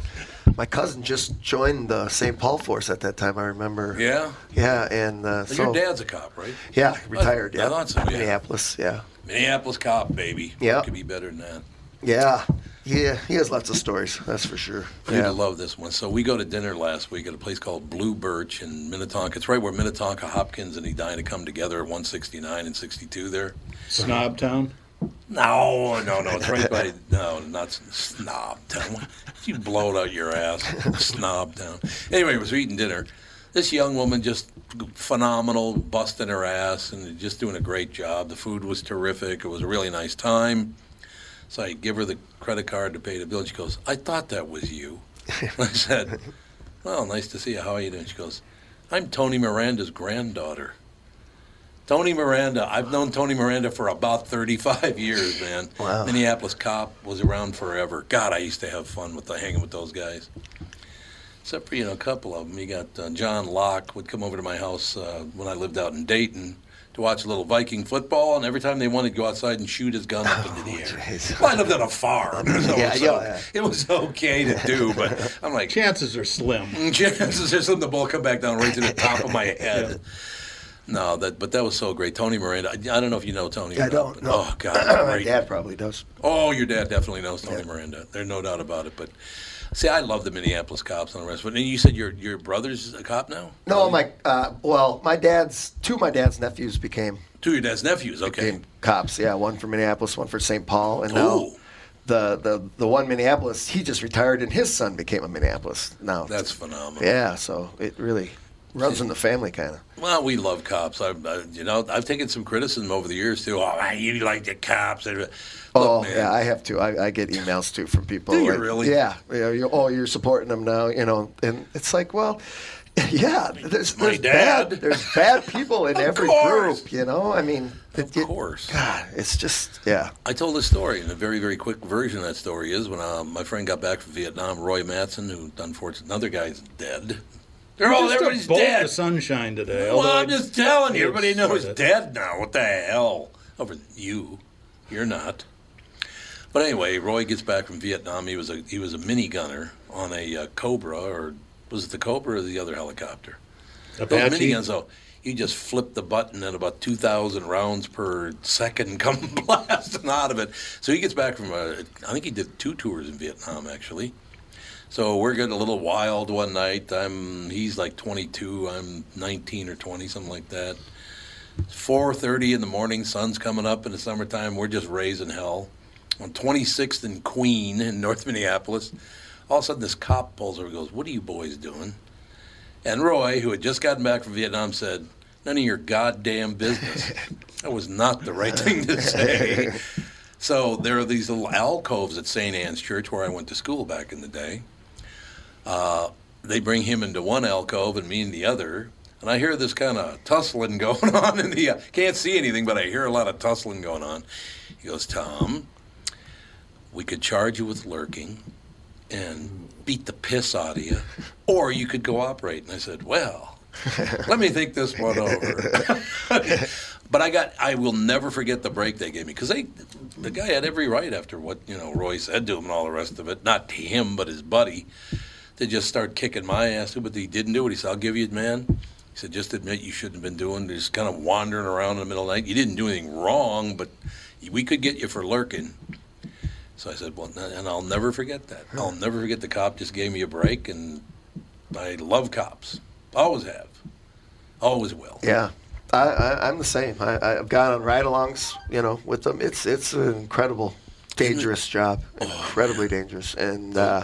Speaker 2: my cousin just joined the St. Paul force at that time. I remember.
Speaker 1: Yeah.
Speaker 2: Yeah, and uh,
Speaker 1: Well,
Speaker 2: so
Speaker 1: Your dad's a cop, right?
Speaker 2: yeah, retired.
Speaker 1: I
Speaker 2: Yeah,
Speaker 1: thought so, yeah.
Speaker 2: Minneapolis. Yeah,
Speaker 1: Minneapolis cop, baby.
Speaker 2: Yeah.
Speaker 1: What Could be better than that.
Speaker 2: yeah, yeah. He has lots of stories. That's for sure.
Speaker 1: You'd love this one. So we go to dinner last week at a place called Blue Birch in Minnetonka. It's right where Minnetonka, Hopkins, and Edina come together at 169 and 62 there.
Speaker 4: Snob town.
Speaker 1: No, no, no. It's right by, no, not Snob Town. You blow it out your ass. Snob Town. Anyway, we're eating dinner. This young woman just phenomenal, busting her ass and just doing a great job. The food was terrific. It was a really nice time. So I give her the credit card to pay the bill. And she goes, I thought that was you. [laughs] I said, Well, nice to see you. How are you doing? She goes, I'm Tony Miranda's granddaughter. Tony Miranda, I've known Tony Miranda for about 35 years, man.
Speaker 2: Wow.
Speaker 1: Minneapolis cop was around forever. God, I used to have fun with the, hanging with those guys. Except for you know a couple of them. You got uh, John Locke would come over to my house uh, when I lived out in Dayton to watch a little Viking football, and every time they wanted to go outside and shoot his gun up into the air. Well, I lived on a
Speaker 4: [laughs]
Speaker 1: farm, so
Speaker 4: Oh, Yeah,
Speaker 1: it, was
Speaker 4: yeah,
Speaker 1: o- it was okay to do, but I'm
Speaker 4: [laughs]
Speaker 1: like
Speaker 4: chances are slim.
Speaker 1: Mm, chances there's something the ball come back down right to the top of
Speaker 4: [laughs]
Speaker 1: my head. No, that but that was so great. Tony Miranda. I, I don't know if you know Tony. or
Speaker 2: I
Speaker 1: not,
Speaker 2: don't
Speaker 1: but-
Speaker 2: know.
Speaker 1: Oh God,
Speaker 2: [clears throat] my
Speaker 4: [clears throat]
Speaker 1: great.
Speaker 2: dad probably does.
Speaker 1: Oh, your dad definitely knows Tony Miranda. There's no doubt about it. But see, I love the Minneapolis cops and the rest of it. And you said your your brother's a cop now.
Speaker 2: No, my uh, well, my dad's two of my dad's nephews became
Speaker 1: Two of your dad's nephews. Okay.
Speaker 2: cops. Yeah, one for Minneapolis, one for St. Paul, and now the, the the one Minneapolis he just retired, and his son became a Minneapolis now.
Speaker 1: That's phenomenal.
Speaker 2: Yeah, so it really runs in the family, kind of.
Speaker 1: Well, we love cops. I, I, you know, I've taken some criticism over the years too. Oh, you like the cops? Look,
Speaker 2: Oh
Speaker 1: man,
Speaker 2: yeah, I have to. I, I get emails too from people.
Speaker 1: Do you
Speaker 2: like,
Speaker 1: really?
Speaker 2: Yeah. yeah you're, oh, you're supporting them now, you know, and it's like, well, [laughs] yeah. There's, there's
Speaker 1: dad.
Speaker 2: bad. There's bad
Speaker 1: [laughs]
Speaker 2: people in every
Speaker 1: course.
Speaker 2: group, you know. I mean,
Speaker 1: of course.
Speaker 2: God, it's just yeah.
Speaker 1: I told a story, and a very, very quick version of that story is when uh, my friend got back from Vietnam, Roy Matson, who unfortunately another guy's dead. They're all-
Speaker 4: Just a
Speaker 1: everybody's
Speaker 4: bolt
Speaker 1: dead.
Speaker 4: of sunshine today.
Speaker 1: well,
Speaker 4: although
Speaker 1: I'm
Speaker 4: I-
Speaker 1: just telling you,
Speaker 4: I
Speaker 1: everybody knows
Speaker 4: sort of-
Speaker 1: dead now. What the hell? Over you, you're not. But anyway, Roy gets back from Vietnam. He was a he was a mini gunner on a uh, Cobra, or was it the Cobra or the other helicopter? Those
Speaker 4: Apache.
Speaker 1: miniguns, though, you just flip the button and about 2,000 rounds per second [laughs] come blasting out of it. So he gets back from, uh, I think he did two tours in Vietnam, actually. So we're getting a little wild one night. I'm he's like 22, I'm 19 or 20, something like that. 4:30 in the morning, sun's coming up in the summertime. We're just raising hell on 26th and Queen in North Minneapolis. All of a sudden, this cop pulls over and goes, "What are you boys doing?" And Roy, who had just gotten back from Vietnam, said, "None of your goddamn business." that was not the right thing to say. So there are these little alcoves at St. Anne's Church where I went to school back in the day. Uh, they bring him into one alcove and me in the other. And I hear this kind of tussling going [laughs] on in the. Uh, can't see anything, but I hear a lot of tussling going on. He goes, Tom, we could charge you with lurking and beat the piss out of you, or you could cooperate. And I said, Well, let me think this one over. but I got, I will never forget the break they gave me because they, the guy had every right after what, you know, Roy said to him and all the rest of it, not to him, but his buddy, to just start kicking my ass. But he didn't do it. He said, I'll give you it, man. He said, just admit you shouldn't have been doing, just kind of wandering around in the middle of the night. You didn't do anything wrong, but we could get you for lurking. So I said, well, and I'll never forget that. I'll never forget the cop just gave me a break, and I love cops. Always have. Always will.
Speaker 2: Yeah, I, I, I'm the same. I, I've gone on ride-alongs, you know, with them. It's it's an incredible, dangerous job. Incredibly dangerous, and uh,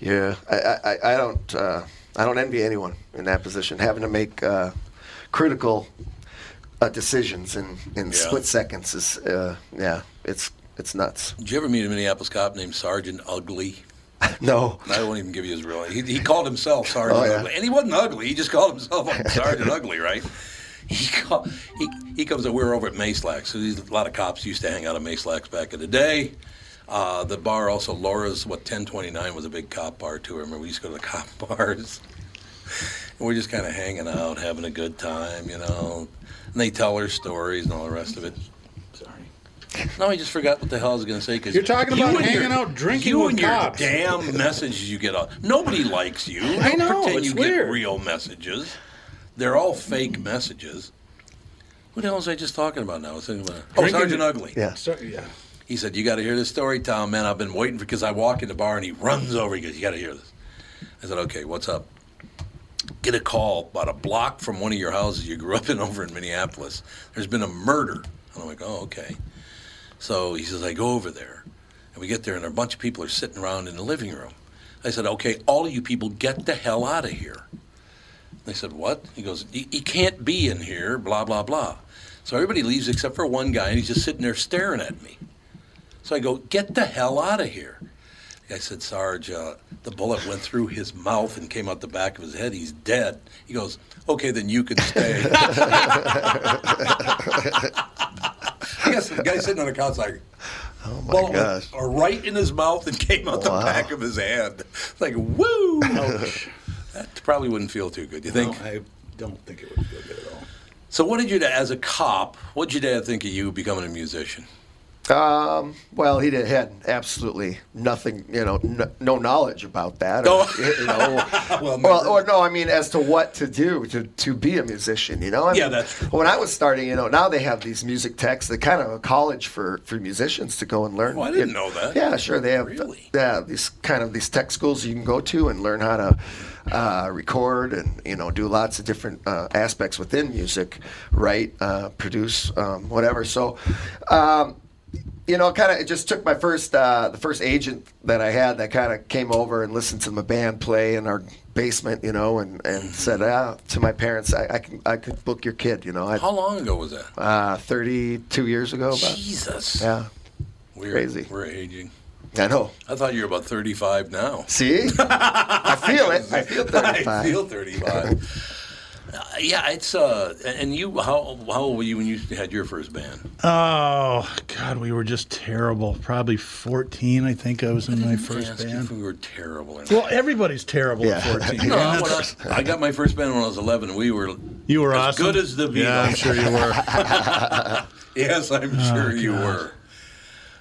Speaker 2: yeah, I, I, I- I don't uh, I don't envy anyone in that position having to make uh, critical uh, decisions in, in split seconds is uh, yeah, it's it's nuts.
Speaker 1: Did you ever meet a Minneapolis cop named Sergeant Ugly?
Speaker 2: No,
Speaker 1: I won't even give you his real name. He, he called himself Sergeant
Speaker 2: Oh, yeah.
Speaker 1: Ugly, and he wasn't ugly. He just called
Speaker 4: [laughs]
Speaker 1: himself Sergeant Ugly, right? He, call, he he comes. up- We were over at Mayslax. So these, a lot of cops used to hang out at Mayslax back in the day. Uh, the bar also Laura's what 1029 was a big cop bar too. I remember we used to go to the [laughs] cop bars. And we're just kind of hanging out, having a good time, you know. And they tell her stories and all the rest of it. Sorry. No, I just forgot what the hell I was going to say. Cause
Speaker 4: You're talking
Speaker 1: you
Speaker 4: about
Speaker 1: and your-
Speaker 4: hanging out drinking
Speaker 1: you
Speaker 4: with
Speaker 1: and
Speaker 4: cops.
Speaker 1: Your damn messages you get on. Nobody likes you.
Speaker 4: I
Speaker 1: Don't
Speaker 4: know,
Speaker 1: Pretend
Speaker 4: it's
Speaker 1: you
Speaker 4: weird.
Speaker 1: get real messages. They're all fake messages. What the hell was I just talking about now? I was thinking about oh,
Speaker 4: Drinking-
Speaker 1: Sergeant Ugly.
Speaker 4: Yeah. Ser- yeah.
Speaker 1: He said, "You got to hear this story, Tom. Man, I've been waiting for because I walk in the bar and he runs over. He goes, "You got to hear this." I said, "Okay, what's up?" Get a call about a block from one of your houses you grew up in [laughs] over in Minneapolis. There's been a murder. And I'm like, "Oh, okay." So he says, "I go over there, and we get there, and a bunch of people are sitting around in the living room." I said, "Okay, all of you people, get the hell out of here." They said, What? He goes, "He he can't be in here, blah, blah, blah. So everybody leaves except for one guy, and he's just sitting there staring at me. So I go, Get the hell out of here. The guy said, Sarge, uh, the bullet went through his mouth and came out the back of his head. He's dead. He goes, Okay, then you can
Speaker 2: [laughs]
Speaker 1: stay. I guess the guy sitting on the couch like,
Speaker 2: Oh
Speaker 1: my
Speaker 2: gosh.
Speaker 1: right in his mouth and came out the back of his hand. It's like, woo! Ouch. that probably wouldn't feel too good. You think?
Speaker 4: No, I don't think it would feel good at all.
Speaker 1: So, what did your dad, as a cop, what did your dad think of you becoming a musician?
Speaker 2: Um, well, he did, had absolutely nothing, you know, no, no knowledge about that. Or, you know, well, or no, I mean, as to what to do to, to be a musician, you know? I
Speaker 1: Yeah,
Speaker 2: mean,
Speaker 1: that's true.
Speaker 2: When I was starting, you know, now they have these music techs, they're kind of a college for, for musicians to go and learn.
Speaker 1: Oh, I didn't know that.
Speaker 2: Yeah, sure. They have yeah, these kind of these tech schools you can go to and learn how to uh, record and you know do lots of different uh, aspects within music, write, uh, produce, um, whatever. So, um, you know, kind of it just took my first uh, the first agent that I had that kind of came over and listened to my band play in our basement, you know, and and said ah, to my parents, I, I can I could book your kid, you know. I,
Speaker 1: How long ago was that?
Speaker 2: Uh, Thirty-two years ago. About.
Speaker 1: Jesus.
Speaker 2: Yeah.
Speaker 1: We're,
Speaker 2: Crazy.
Speaker 1: We're aging.
Speaker 2: I know.
Speaker 1: I thought you were about 35 now. [laughs]
Speaker 2: See? I feel it. [laughs] I feel 35.
Speaker 1: I feel 35. Uh, yeah, it's uh, and you, how how old were you when you had your first band?
Speaker 4: Oh God, we were just terrible. Probably fourteen, I think I was in my first
Speaker 1: ask you
Speaker 4: band.
Speaker 1: if we were terrible. Or not.
Speaker 4: Well, everybody's terrible
Speaker 2: [laughs]
Speaker 4: at fourteen.
Speaker 1: No, when I, I got my first band when I was 11. We were
Speaker 4: you were
Speaker 1: as
Speaker 4: awesome.
Speaker 1: good as the Beatles.
Speaker 4: Yeah, I'm sure you were.
Speaker 1: [laughs] yes, I'm
Speaker 4: Oh,
Speaker 1: sure you
Speaker 4: God.
Speaker 1: were.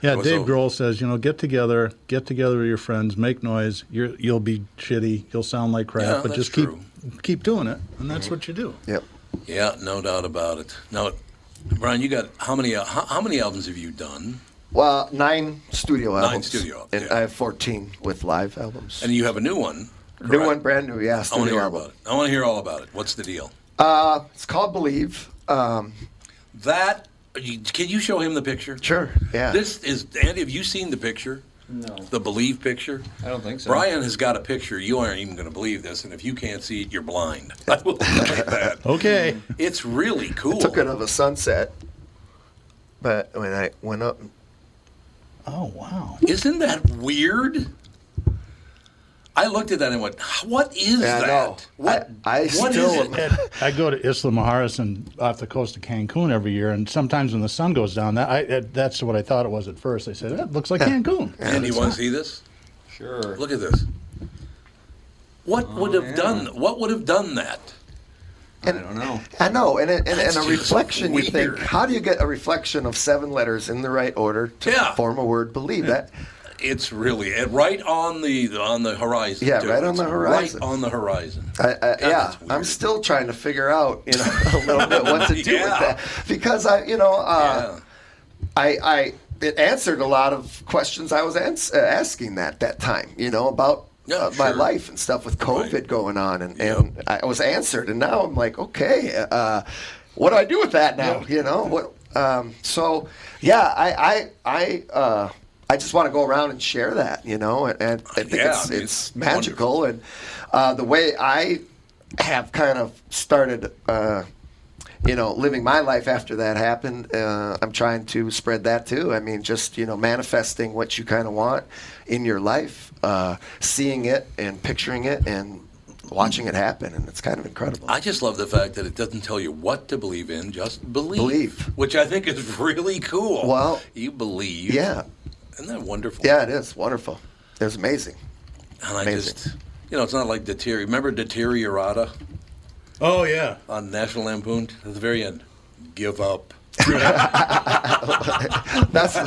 Speaker 4: Yeah,
Speaker 1: Well,
Speaker 4: Dave
Speaker 1: so-
Speaker 4: Grohl says, you know, get together, get together with your friends, make noise. You're, you'll be shitty, you'll sound like crap,
Speaker 1: Yeah,
Speaker 4: but
Speaker 1: that's
Speaker 4: just keep keep doing it, and that's what you do.
Speaker 2: Yep.
Speaker 1: Yeah, no doubt about it. Now, Brian, you got how many how, how many albums have you done?
Speaker 2: Well, nine studio
Speaker 1: Nine
Speaker 2: albums.
Speaker 1: studio albums,
Speaker 2: And I have 14 with live albums.
Speaker 1: And you have a new one.
Speaker 2: New one, brand new, yeah.
Speaker 1: I want to
Speaker 2: Studio
Speaker 1: hear
Speaker 2: album.
Speaker 1: about it. I want to hear all about it. What's the deal?
Speaker 2: Uh, it's called Believe. Um,
Speaker 1: That you- can you show him the picture?
Speaker 2: Sure. Yeah.
Speaker 1: This is Andy. Have you seen the picture? No. The believe picture.
Speaker 3: I don't think so.
Speaker 1: Brian has got a picture. You aren't even going to believe this, and if you can't see it, you're blind. [laughs] I will tell you that.
Speaker 2: [laughs]
Speaker 4: Okay.
Speaker 1: It's really cool.
Speaker 2: Took it of a sunset, but when I went up,
Speaker 4: Oh wow!
Speaker 1: Isn't that weird? I looked at that and went, "What is
Speaker 2: Yeah, I
Speaker 1: that?
Speaker 2: know.
Speaker 1: What?
Speaker 2: I
Speaker 1: what is
Speaker 2: still
Speaker 1: it?"
Speaker 2: am-
Speaker 7: I go to Isla Mujeres and off the coast of Cancun every year, and sometimes when the sun goes down, that
Speaker 1: [laughs]
Speaker 7: I, that- that's what I thought it was at first. I said, "That looks like Cancun."
Speaker 1: Andy, you want to see this? Sure. Look at this. What
Speaker 3: Oh,
Speaker 1: would have done? What would have done that?
Speaker 2: And,
Speaker 1: I don't know.
Speaker 2: I know, and, it, and,
Speaker 1: That's
Speaker 2: and a
Speaker 1: just
Speaker 2: reflection. You think,
Speaker 1: weird.
Speaker 2: how do you get a reflection of seven letters in the right order to form a word? Believe that.
Speaker 1: It's really and right on the on the horizon.
Speaker 2: Yeah,
Speaker 1: too.
Speaker 2: right on the
Speaker 1: It's
Speaker 2: horizon.
Speaker 1: Right on the horizon.
Speaker 2: I, uh, I, yeah, I'm still trying to figure out, you know, [laughs] a little bit what to do
Speaker 1: Yeah.
Speaker 2: with that because I, you know, uh, I, I, it answered a lot of questions I was ans- uh, asking that that time, you know, about uh, my life and stuff with COVID going on, and and I was answered, and now I'm like, okay, uh, what do I do with that now? You know, what? Um, so, yeah, I, I, I. Uh, I just want to go around and share that, you know, and, and I think
Speaker 1: Yeah,
Speaker 2: it's,
Speaker 1: I mean,
Speaker 2: it's
Speaker 1: it's
Speaker 2: magical. And uh, the way I have kind of started, uh, you know, living my life after that happened, uh, I'm trying to spread that too. I mean, just, you know, manifesting what you kind of want in your life, uh, seeing it and picturing it and watching it happen. And it's kind of incredible.
Speaker 1: I just love the fact that it doesn't tell you what to believe in, just believe.
Speaker 2: Believe.
Speaker 1: Which I think is really cool.
Speaker 2: Well,
Speaker 1: you believe.
Speaker 2: Yeah.
Speaker 1: Isn't that wonderful?
Speaker 2: Yeah, it is wonderful. It
Speaker 1: [laughs]
Speaker 2: was amazing.
Speaker 1: And I just, you know, it's not like deteriorate. Remember deteriorata
Speaker 7: Oh yeah.
Speaker 1: on National Lampoon at the very end? Give
Speaker 2: [laughs]
Speaker 1: up. [laughs]
Speaker 2: That's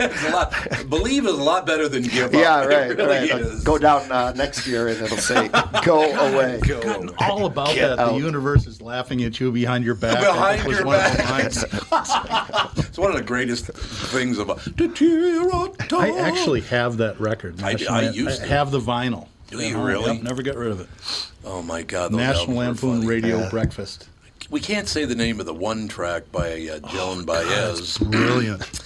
Speaker 1: It's a lot, believe is a lot better than give up.
Speaker 2: Yeah, right.
Speaker 1: It really
Speaker 2: right.
Speaker 1: is.
Speaker 2: Go down uh, next year and it'll
Speaker 1: [laughs]
Speaker 2: say, go away. [laughs]
Speaker 7: All about
Speaker 2: Get
Speaker 7: that.
Speaker 2: out.
Speaker 7: The universe is laughing at you behind your back.
Speaker 1: Behind
Speaker 7: That was
Speaker 1: your
Speaker 7: one of the
Speaker 1: back. [laughs]
Speaker 7: lines.
Speaker 1: It's one of the greatest things about deteriorata.
Speaker 7: I actually have that record.
Speaker 1: I-
Speaker 7: National
Speaker 1: I
Speaker 7: Lam-
Speaker 1: used it.
Speaker 7: have the vinyl.
Speaker 1: Do
Speaker 7: at
Speaker 1: you
Speaker 7: home.
Speaker 1: really?
Speaker 7: Yep, never got rid of it.
Speaker 1: Oh my God! those
Speaker 7: National
Speaker 1: albums were
Speaker 7: Lampoon
Speaker 1: funny.
Speaker 7: Radio Breakfast.
Speaker 1: We can't say the name of the one track by
Speaker 7: Oh,
Speaker 1: uh, Joan Baez.
Speaker 7: Brilliant.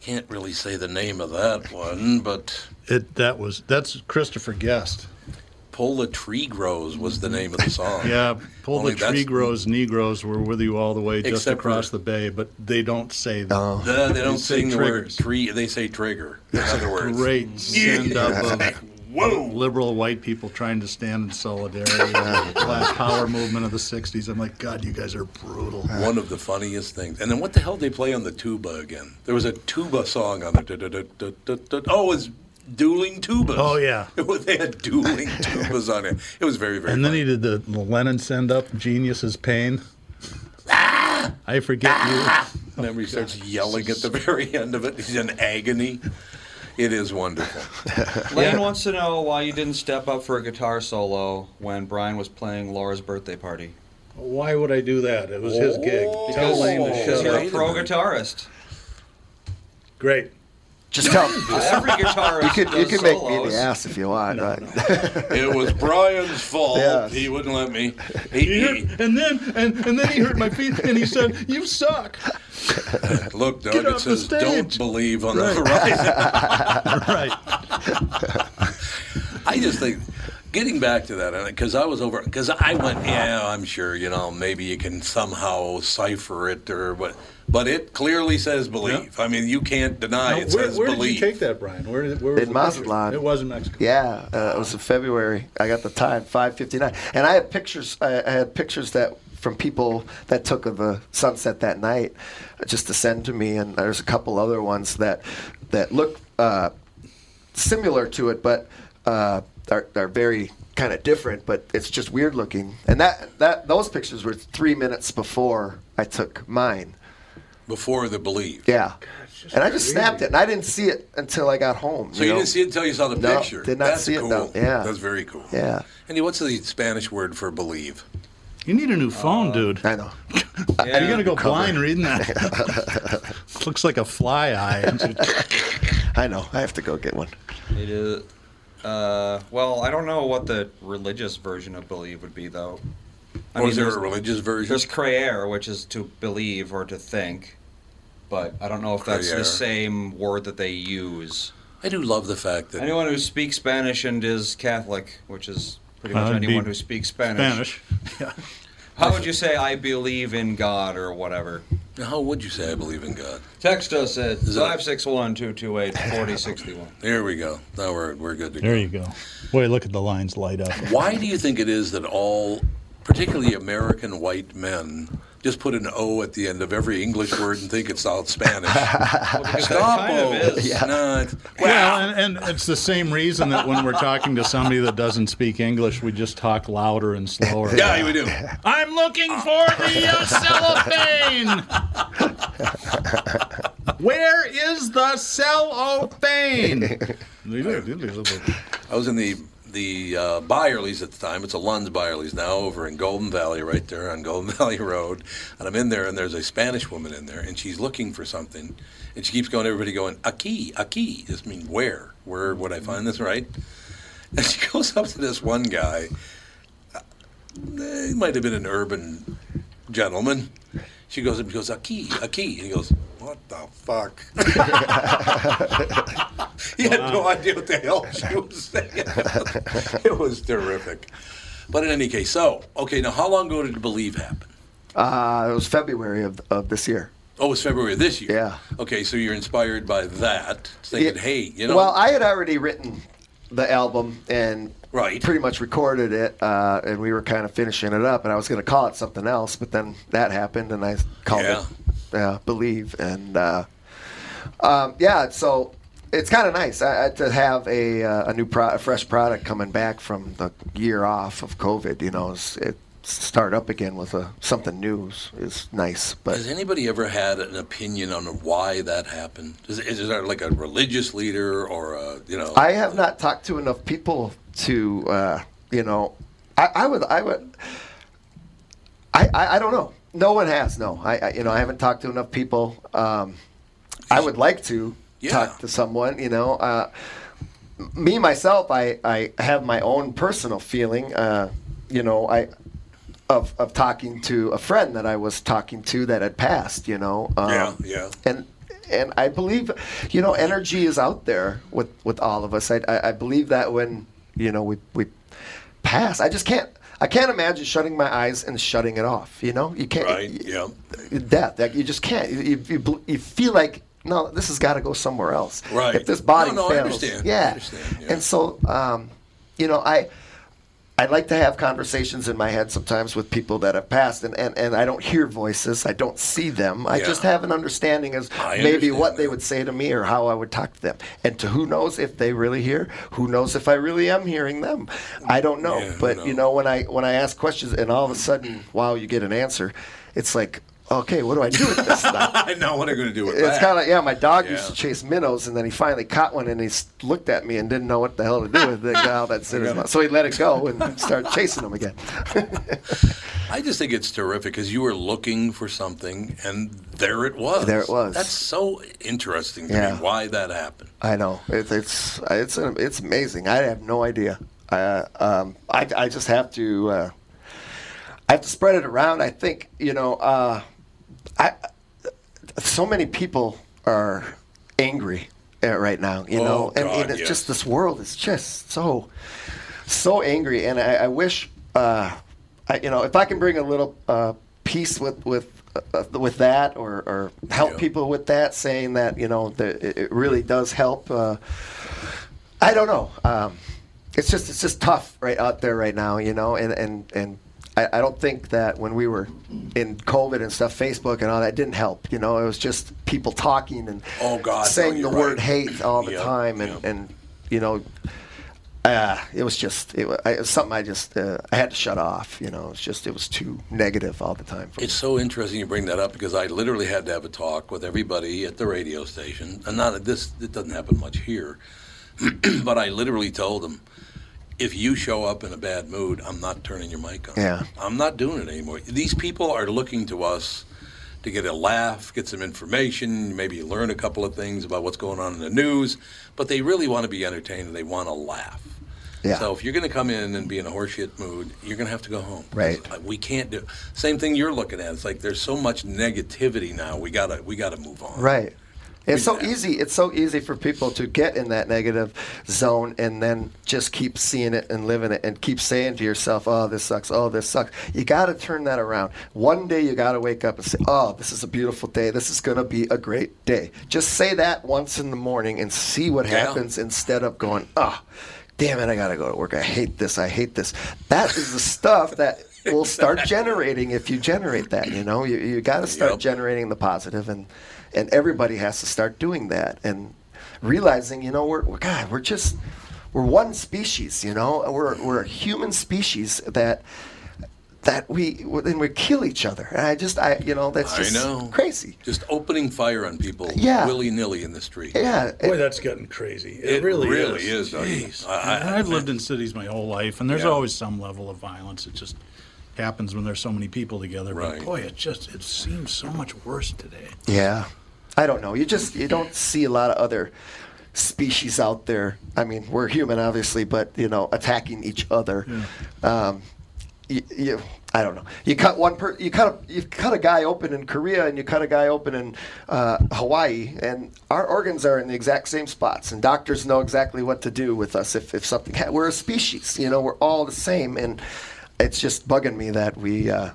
Speaker 1: Can't really say the name of that one, but
Speaker 7: It that was that's Christopher Guest.
Speaker 1: "Pull a Tree Grows" was the name of the song.
Speaker 7: Yeah, pull
Speaker 1: Only
Speaker 7: the
Speaker 1: that's-
Speaker 7: tree grows, Negroes were with you all the way just
Speaker 1: Except for-
Speaker 7: across the bay, but they don't say that.
Speaker 3: Oh.
Speaker 1: No, they don't
Speaker 7: say
Speaker 1: sing the word
Speaker 7: triggers.
Speaker 1: tree. They say trigger. In
Speaker 7: It's
Speaker 1: other
Speaker 7: a
Speaker 1: words,
Speaker 7: great send up
Speaker 1: [laughs] Yeah.
Speaker 7: of liberal white people trying to stand in solidarity with the black power movement of the 60s. I'm like, God, you guys are brutal.
Speaker 1: One of the funniest things. And then what the hell they play on the tuba again? There was a tuba song on there. Du-du-du-du-du-du. Oh, it was dueling tubas.
Speaker 7: Oh, yeah.
Speaker 1: [laughs] they had
Speaker 7: [laughs]
Speaker 1: dueling tubas on it. It was very very.
Speaker 7: And then he did the, the Lennon send up, Genius is Pain.
Speaker 2: Ah!
Speaker 7: I forget you.
Speaker 1: And then he starts yelling at
Speaker 7: [laughs]
Speaker 1: the very end of it. He's in agony. It is wonderful.
Speaker 7: [laughs]
Speaker 3: Lane wants to know why you didn't step up for a guitar solo when Brian was playing Laura's birthday party.
Speaker 7: Why would I do that? It was his gig.
Speaker 1: Oh.
Speaker 3: Because,
Speaker 7: Tell Lane to
Speaker 3: because
Speaker 7: shut
Speaker 3: you're
Speaker 7: up.
Speaker 3: a pro guitarist.
Speaker 7: Great.
Speaker 2: Just tell [laughs]
Speaker 3: Every guitarist
Speaker 2: You can, you
Speaker 3: does
Speaker 2: can make me
Speaker 3: solos.
Speaker 2: the ass if you want. right? [laughs]
Speaker 1: It was Brian's fault.
Speaker 2: Yes.
Speaker 1: He wouldn't let
Speaker 7: [laughs]
Speaker 1: me. He, he,
Speaker 7: And then and, and then he hurt my feet and he said, You suck.
Speaker 1: look, Doug,
Speaker 7: Get
Speaker 1: it
Speaker 7: off the
Speaker 1: says don't
Speaker 7: stage.
Speaker 1: believe on the
Speaker 7: Right. [laughs]
Speaker 1: horizon.
Speaker 7: right.
Speaker 1: I just think getting back to that because I was over because I went yeah I'm sure you know maybe you can somehow cipher it or what but it clearly says believe I mean you can't deny
Speaker 7: Now,
Speaker 1: it
Speaker 7: where
Speaker 1: says
Speaker 7: where did you
Speaker 1: believe
Speaker 7: take that, Brian? Where, did- where was
Speaker 2: In
Speaker 7: the picture?
Speaker 2: Mazatlan.
Speaker 7: It wasn't Mexico.
Speaker 2: Yeah, uh, it was in February. I got the time, five fifty nine, and I had pictures. I, I had pictures that from people that took of the sunset that night, uh, just to send to me. And there's a couple other ones that that look uh, similar to it, but uh, are, are very kind of different. But it's just weird looking. And that that those pictures were three minutes before I took mine.
Speaker 1: before the believe
Speaker 2: Yeah. and I just snapped it, and I didn't see it until I got home.
Speaker 1: so you,
Speaker 2: know?
Speaker 1: didn't see it until you saw the
Speaker 2: No,
Speaker 1: picture
Speaker 2: did not
Speaker 1: that's
Speaker 2: see it,
Speaker 1: cool
Speaker 2: no. Yeah.
Speaker 1: that's very cool
Speaker 2: Yeah.
Speaker 1: Andy what's the Spanish word for believe
Speaker 7: You need a new phone, dude.
Speaker 2: I know.
Speaker 7: You're gonna go
Speaker 2: Cover.
Speaker 7: blind reading that. Looks like a fly eye.
Speaker 2: I know. I have to go get one.
Speaker 3: It is. Uh, well, I don't know what the religious version of believe would be, though.
Speaker 1: Or is there a
Speaker 3: there's-
Speaker 1: religious version?
Speaker 3: There's creer, which is to believe or to think, but I don't know if that's
Speaker 1: Creer.
Speaker 3: the same word that they use.
Speaker 1: I do love the fact that
Speaker 3: Anyone who speaks Spanish and is Catholic, which is pretty
Speaker 7: Uh,
Speaker 3: much
Speaker 7: it'd be
Speaker 3: anyone who speaks Spanish. [laughs]
Speaker 7: Spanish.
Speaker 3: How would you say I believe in God or whatever?
Speaker 1: Now, How would you say I believe in God?
Speaker 3: Text us at
Speaker 1: Is it-
Speaker 3: 561 228 4061.
Speaker 1: There we go. Now we're, we're good to go.
Speaker 7: There you go. Boy, look at the lines light up.
Speaker 1: Why do you think it is that all, particularly American white men, just put an O at the end of every English word and think it's all Spanish? Stop O. No, it's-
Speaker 7: Well, and, and it's the same reason that when we're talking to somebody that doesn't speak English, we just talk louder and slower.
Speaker 1: Yeah, we do.
Speaker 7: I'm looking for the uh, cellophane. Where is the cellophane?
Speaker 1: I was in the the uh, Byerly's at the time. It's a Lund's Byerly's now over in Golden Valley, right there on Golden [laughs] Valley Road. And I'm in there, and there's a Spanish woman in there, and she's looking for something, and she keeps going. Everybody going, "Aquí, aquí." This means where? Where would I find this? Right? [laughs] And she goes up to this one guy. Uh, He might have been an urban gentleman. She goes up and goes, "Aquí, aquí," and he goes, "What the fuck?" [laughs] he had no idea what the hell she was saying. [laughs] it was terrific. But in any case, so okay, now how long ago did Believe happen?
Speaker 2: Uh, it was February of, of this year.
Speaker 1: Oh, it was February of this year.
Speaker 2: Yeah.
Speaker 1: Okay, so you're inspired by that, thinking,
Speaker 2: Yeah.
Speaker 1: hey, you know,
Speaker 2: Well, I had already written the album and
Speaker 1: right.
Speaker 2: pretty much recorded it, uh, and we were kind of finishing it up, and I was going to call it something else, but then that happened, and I called it uh, Believe, and uh, um, yeah, so it's kind of nice I, I, to have a, uh, a new pro- a fresh product coming back from the year off of COVID. You know, it's, it start up again with a, something new is, is nice, but.
Speaker 1: has anybody ever had an opinion on why that happened? Is, is there like a religious leader or a you know?
Speaker 2: I have not talked to enough people to, uh, you know, I, I would, I would, I, I, I don't know. No one has. No, I, I, you know, I haven't talked to enough people. Um, I would like to talk to someone. You know, uh, me myself, I, I have my own personal feeling. Uh, you know, I. Of, of talking to a friend that I was talking to that had passed, you know. Um,
Speaker 1: Yeah, yeah. [laughs]
Speaker 2: and and I believe, you know, energy is out there with with all of us. I I, I believe that when you know we we pass, I just can't. I can't imagine shutting my eyes and shutting it off. You know, you can't.
Speaker 1: Right. Yeah.
Speaker 2: Death. Like you just can't. You you, you, bel- you feel like no, this has got to go somewhere else.
Speaker 1: Right.
Speaker 2: If this body
Speaker 1: No, no, I
Speaker 2: fails,
Speaker 1: understand. I
Speaker 2: yeah.
Speaker 1: understand,
Speaker 2: And so, um, you know, I. I like to have conversations in my head sometimes with people that have passed, and, and, and I don't hear voices. I don't see them. I
Speaker 9: Yeah.
Speaker 2: just have an understanding as
Speaker 9: I
Speaker 2: maybe
Speaker 9: understand
Speaker 2: what they would say to me or how I would talk to them. And to who knows if they really hear? Who knows if I really am hearing them? I don't know. but you know, when I when I ask questions and all of a sudden, wow, you get an answer, it's like, okay, what do I do with
Speaker 9: [laughs]
Speaker 2: this now?
Speaker 1: I know what I'm going to do with
Speaker 2: It's
Speaker 1: that.
Speaker 2: kind of yeah. My dog
Speaker 1: Yeah.
Speaker 2: used to chase minnows, and then he finally caught one, and he s- looked at me and didn't know what the hell to do with it. Now that's
Speaker 9: [laughs]
Speaker 2: in his mouth. So he let it go and started chasing them again.
Speaker 1: I just think it's terrific because you were looking for something and there it was.
Speaker 2: There it was.
Speaker 1: That's so interesting to
Speaker 2: Yeah.
Speaker 1: me why that happened.
Speaker 2: I know it, it's it's it's amazing. I have no idea. I um, I, I just have to uh, I have to spread it around. I think you know uh, I so many people are angry uh, right now. You
Speaker 9: Oh,
Speaker 2: know, and,
Speaker 9: God,
Speaker 2: and it's
Speaker 9: yes.
Speaker 2: just this world is just so so angry, and I, I wish uh, I, you know if I can bring a little uh, peace with with. Uh, with that, or, or help people with that, saying that you know that it, it really does help. Uh, I don't know. Um, it's just it's just tough right out there right now, you know. And and and I, I don't think that when we were in COVID and stuff, Facebook and all that didn't help. You know, it was just people talking and
Speaker 1: Oh, God, no,
Speaker 2: saying the
Speaker 1: you're right.
Speaker 2: word hate all the
Speaker 1: Yep,
Speaker 2: time, and and you know. Uh, it was just it was, I, it was something I just uh, I had to shut off. You know, it's just it was too negative all the time. For me.
Speaker 1: It's so interesting you bring that up because I literally had to have a talk with everybody at the radio station, and not at this. It doesn't happen much here, [clears throat] but I literally told them, if you show up in a bad mood, I'm not turning your mic on.
Speaker 2: Yeah.
Speaker 1: I'm not doing it anymore. These people are looking to us to get a laugh, get some information, maybe learn a couple of things about what's going on in the news, but they really want to be entertained and they want to laugh.
Speaker 2: Yeah.
Speaker 1: So if you're going to come in and be in a horseshit mood, you're going to have to go home.
Speaker 2: Right.
Speaker 1: Uh, We can't do same thing you're looking at. It's like there's so much negativity now. We gotta we gotta move on.
Speaker 2: Right. It's so easy. It's so easy for people to get in that negative zone and then just keep seeing it and living it and keep saying to yourself, "Oh, this sucks. Oh, this sucks." You got to turn that around. One day you got to wake up and say, "Oh, this is a beautiful day. This is going to be a great day." Just say that once in the morning and see what
Speaker 1: Yeah.
Speaker 2: happens instead of going, "Oh, damn it, I got to go to work. I hate this. I hate this." That is the stuff that
Speaker 1: [laughs]
Speaker 2: will start generating if you generate that, you know. You you got to start generating the positive and and everybody has to start doing that and realizing, you know, we're, we're God, we're just we're one species, you know, and we're we're a human species that that we then we kill each other. And I just I you know that's
Speaker 1: I
Speaker 2: just
Speaker 1: know.
Speaker 2: crazy.
Speaker 1: Just opening fire on people
Speaker 2: Yeah.
Speaker 1: willy nilly in the street.
Speaker 2: Yeah,
Speaker 7: Boy, that's gotten crazy. It,
Speaker 1: It
Speaker 7: really,
Speaker 1: really is,
Speaker 7: is.
Speaker 1: Dougie.
Speaker 7: Jeez.
Speaker 1: I-
Speaker 7: I, have lived in cities my whole life, and there's
Speaker 1: Yeah.
Speaker 7: always some level of violence. It just happens when there's so many people together.
Speaker 1: Right.
Speaker 7: But boy, it just it seems so much worse today.
Speaker 2: Yeah. I don't know. You just you don't see a lot of other species out there. I mean, we're human obviously, but you know, attacking each other. Um, you, you, I don't know. You cut one per, you cut a, you cut a guy open in Korea and you cut a guy open in uh, Hawaii, and our organs are in the exact same spots, and doctors know exactly what to do with us if if something. Ha- we're a species, you know. We're all the same, and it's just bugging me that we uh,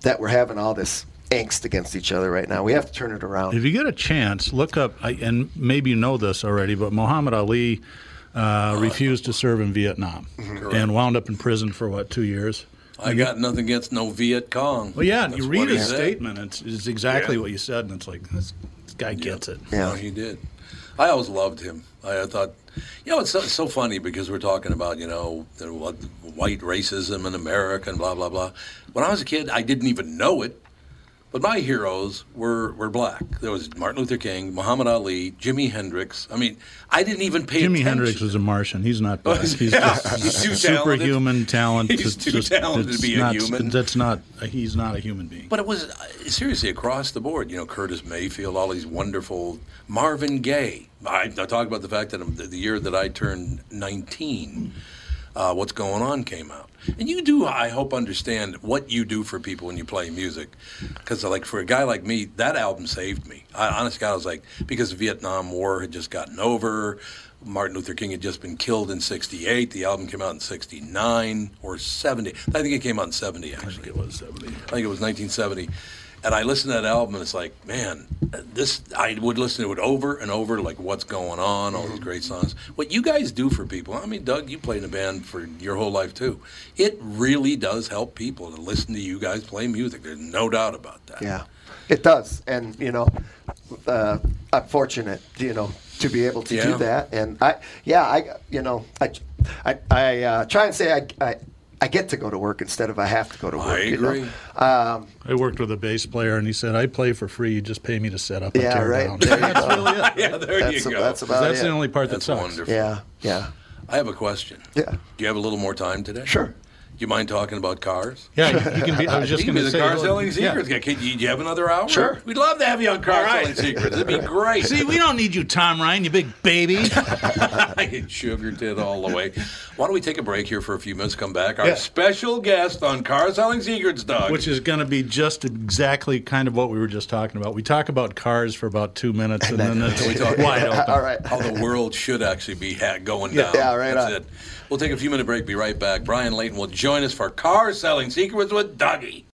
Speaker 2: that we're having all this angst against each other right now. We have to turn it around.
Speaker 7: If you get a chance, look up, I- and maybe you know this already, but Muhammad Ali uh, refused to serve in Vietnam
Speaker 1: Correct.
Speaker 7: and wound up in prison for what two years.
Speaker 1: I got nothing against no Viet Cong.
Speaker 7: Well, yeah, and
Speaker 1: That's
Speaker 7: you
Speaker 1: what
Speaker 7: read
Speaker 1: he
Speaker 7: his
Speaker 1: said.
Speaker 7: statement; it's, it's exactly
Speaker 1: Yeah.
Speaker 7: what you said, and it's like this, this guy gets it.
Speaker 1: No, he did. I always loved him. I, I thought, you know, it's so, so funny because we're talking about, you know, the, what, white racism in America and blah, blah, blah. When I was a kid, I didn't even know it, but my heroes were, were black. There was Martin Luther King, Muhammad Ali, Jimi Hendrix. I mean, I didn't even pay
Speaker 7: Jimi
Speaker 1: attention.
Speaker 7: Hendrix was a Martian. He's not
Speaker 1: Oh,
Speaker 7: black.
Speaker 1: [laughs]
Speaker 7: He's
Speaker 1: yeah.
Speaker 7: just
Speaker 1: He's too talented.
Speaker 7: superhuman talent.
Speaker 1: He's
Speaker 7: It's
Speaker 1: too
Speaker 7: just-
Speaker 1: talented to
Speaker 7: it's
Speaker 1: be a
Speaker 7: not-
Speaker 1: human.
Speaker 7: That's not. He's not a human being.
Speaker 1: But it was uh, seriously across the board. You know, Curtis Mayfield, all these wonderful Marvin Gaye. I, I talk about the fact that um, the, the year that I turned 19, uh, "What's Going On" came out, and you do, I hope, understand what you do for people when you play music, because like for a guy like me, that album saved me. I, honest to God, I was like, because the Vietnam War had just gotten over. Martin Luther King had just been killed in '68. The album came out in '69 or '70. I think it came out in '70. Actually,
Speaker 7: it was '70. I
Speaker 1: think it was 1970. And I listened to that album, and it's like, man, this. I would listen to it over and over, like what's going on, all
Speaker 2: Mm-hmm.
Speaker 1: these great songs. What you guys do for people. I mean, Doug, you played in a band for your whole life too. It really does help people to listen to you guys play music. There's no doubt about that.
Speaker 2: Yeah, it does, and you know, uh, I'm fortunate, you know, to be able to
Speaker 1: Yeah.
Speaker 2: do that. And I, yeah, I, you know, I, I, I uh, try and say I, I, I get to go to work instead of I have to go to work. you know? Um,
Speaker 7: I worked with a bass player, and he said, "I play for free. You just pay me to set up and
Speaker 2: Yeah,
Speaker 7: tear
Speaker 2: right.
Speaker 7: down."
Speaker 2: There you
Speaker 7: That's
Speaker 2: go.
Speaker 7: really it.
Speaker 1: [laughs] Yeah, there
Speaker 2: [laughs] That's
Speaker 1: you
Speaker 2: a-
Speaker 1: go.
Speaker 2: that's about
Speaker 7: That's
Speaker 2: it.
Speaker 7: the only part that
Speaker 1: That's
Speaker 7: sucks.
Speaker 1: wonderful.
Speaker 2: Yeah, yeah.
Speaker 1: I have a question.
Speaker 2: Yeah.
Speaker 1: Do you have a little more time today?
Speaker 2: Sure. Do
Speaker 1: you mind talking about cars?
Speaker 7: Yeah, you- you can be- I
Speaker 2: [laughs]
Speaker 7: was just
Speaker 1: You can
Speaker 7: gonna
Speaker 1: be the
Speaker 7: say,
Speaker 1: car
Speaker 7: well,
Speaker 1: selling
Speaker 7: yeah.
Speaker 1: secrets. guy. Can, do you have another hour?
Speaker 7: Sure.
Speaker 1: We'd love to have you on car selling secrets. It'd be
Speaker 2: [laughs]
Speaker 1: great.
Speaker 7: See, we don't need you, Tom Ryan, you big baby.
Speaker 1: [laughs] I get sugared it all the way. Why don't we take a break here for a few minutes? Come back. Our
Speaker 7: Yeah.
Speaker 1: special guest on Car Selling Secrets, Doug.
Speaker 7: Which is going to be just exactly kind of what we were just talking about. We talk about cars for about two minutes, and then it's
Speaker 1: we
Speaker 7: [laughs]
Speaker 1: talk
Speaker 7: wide
Speaker 2: [laughs]
Speaker 1: about
Speaker 7: open.
Speaker 1: how the world should actually be ha- going
Speaker 7: Yeah.
Speaker 1: down.
Speaker 7: Yeah, right
Speaker 1: That's
Speaker 7: on.
Speaker 1: it. We'll take a few minute break. Be right back. Brian Layton will join us for Car Selling Secrets with Dougie.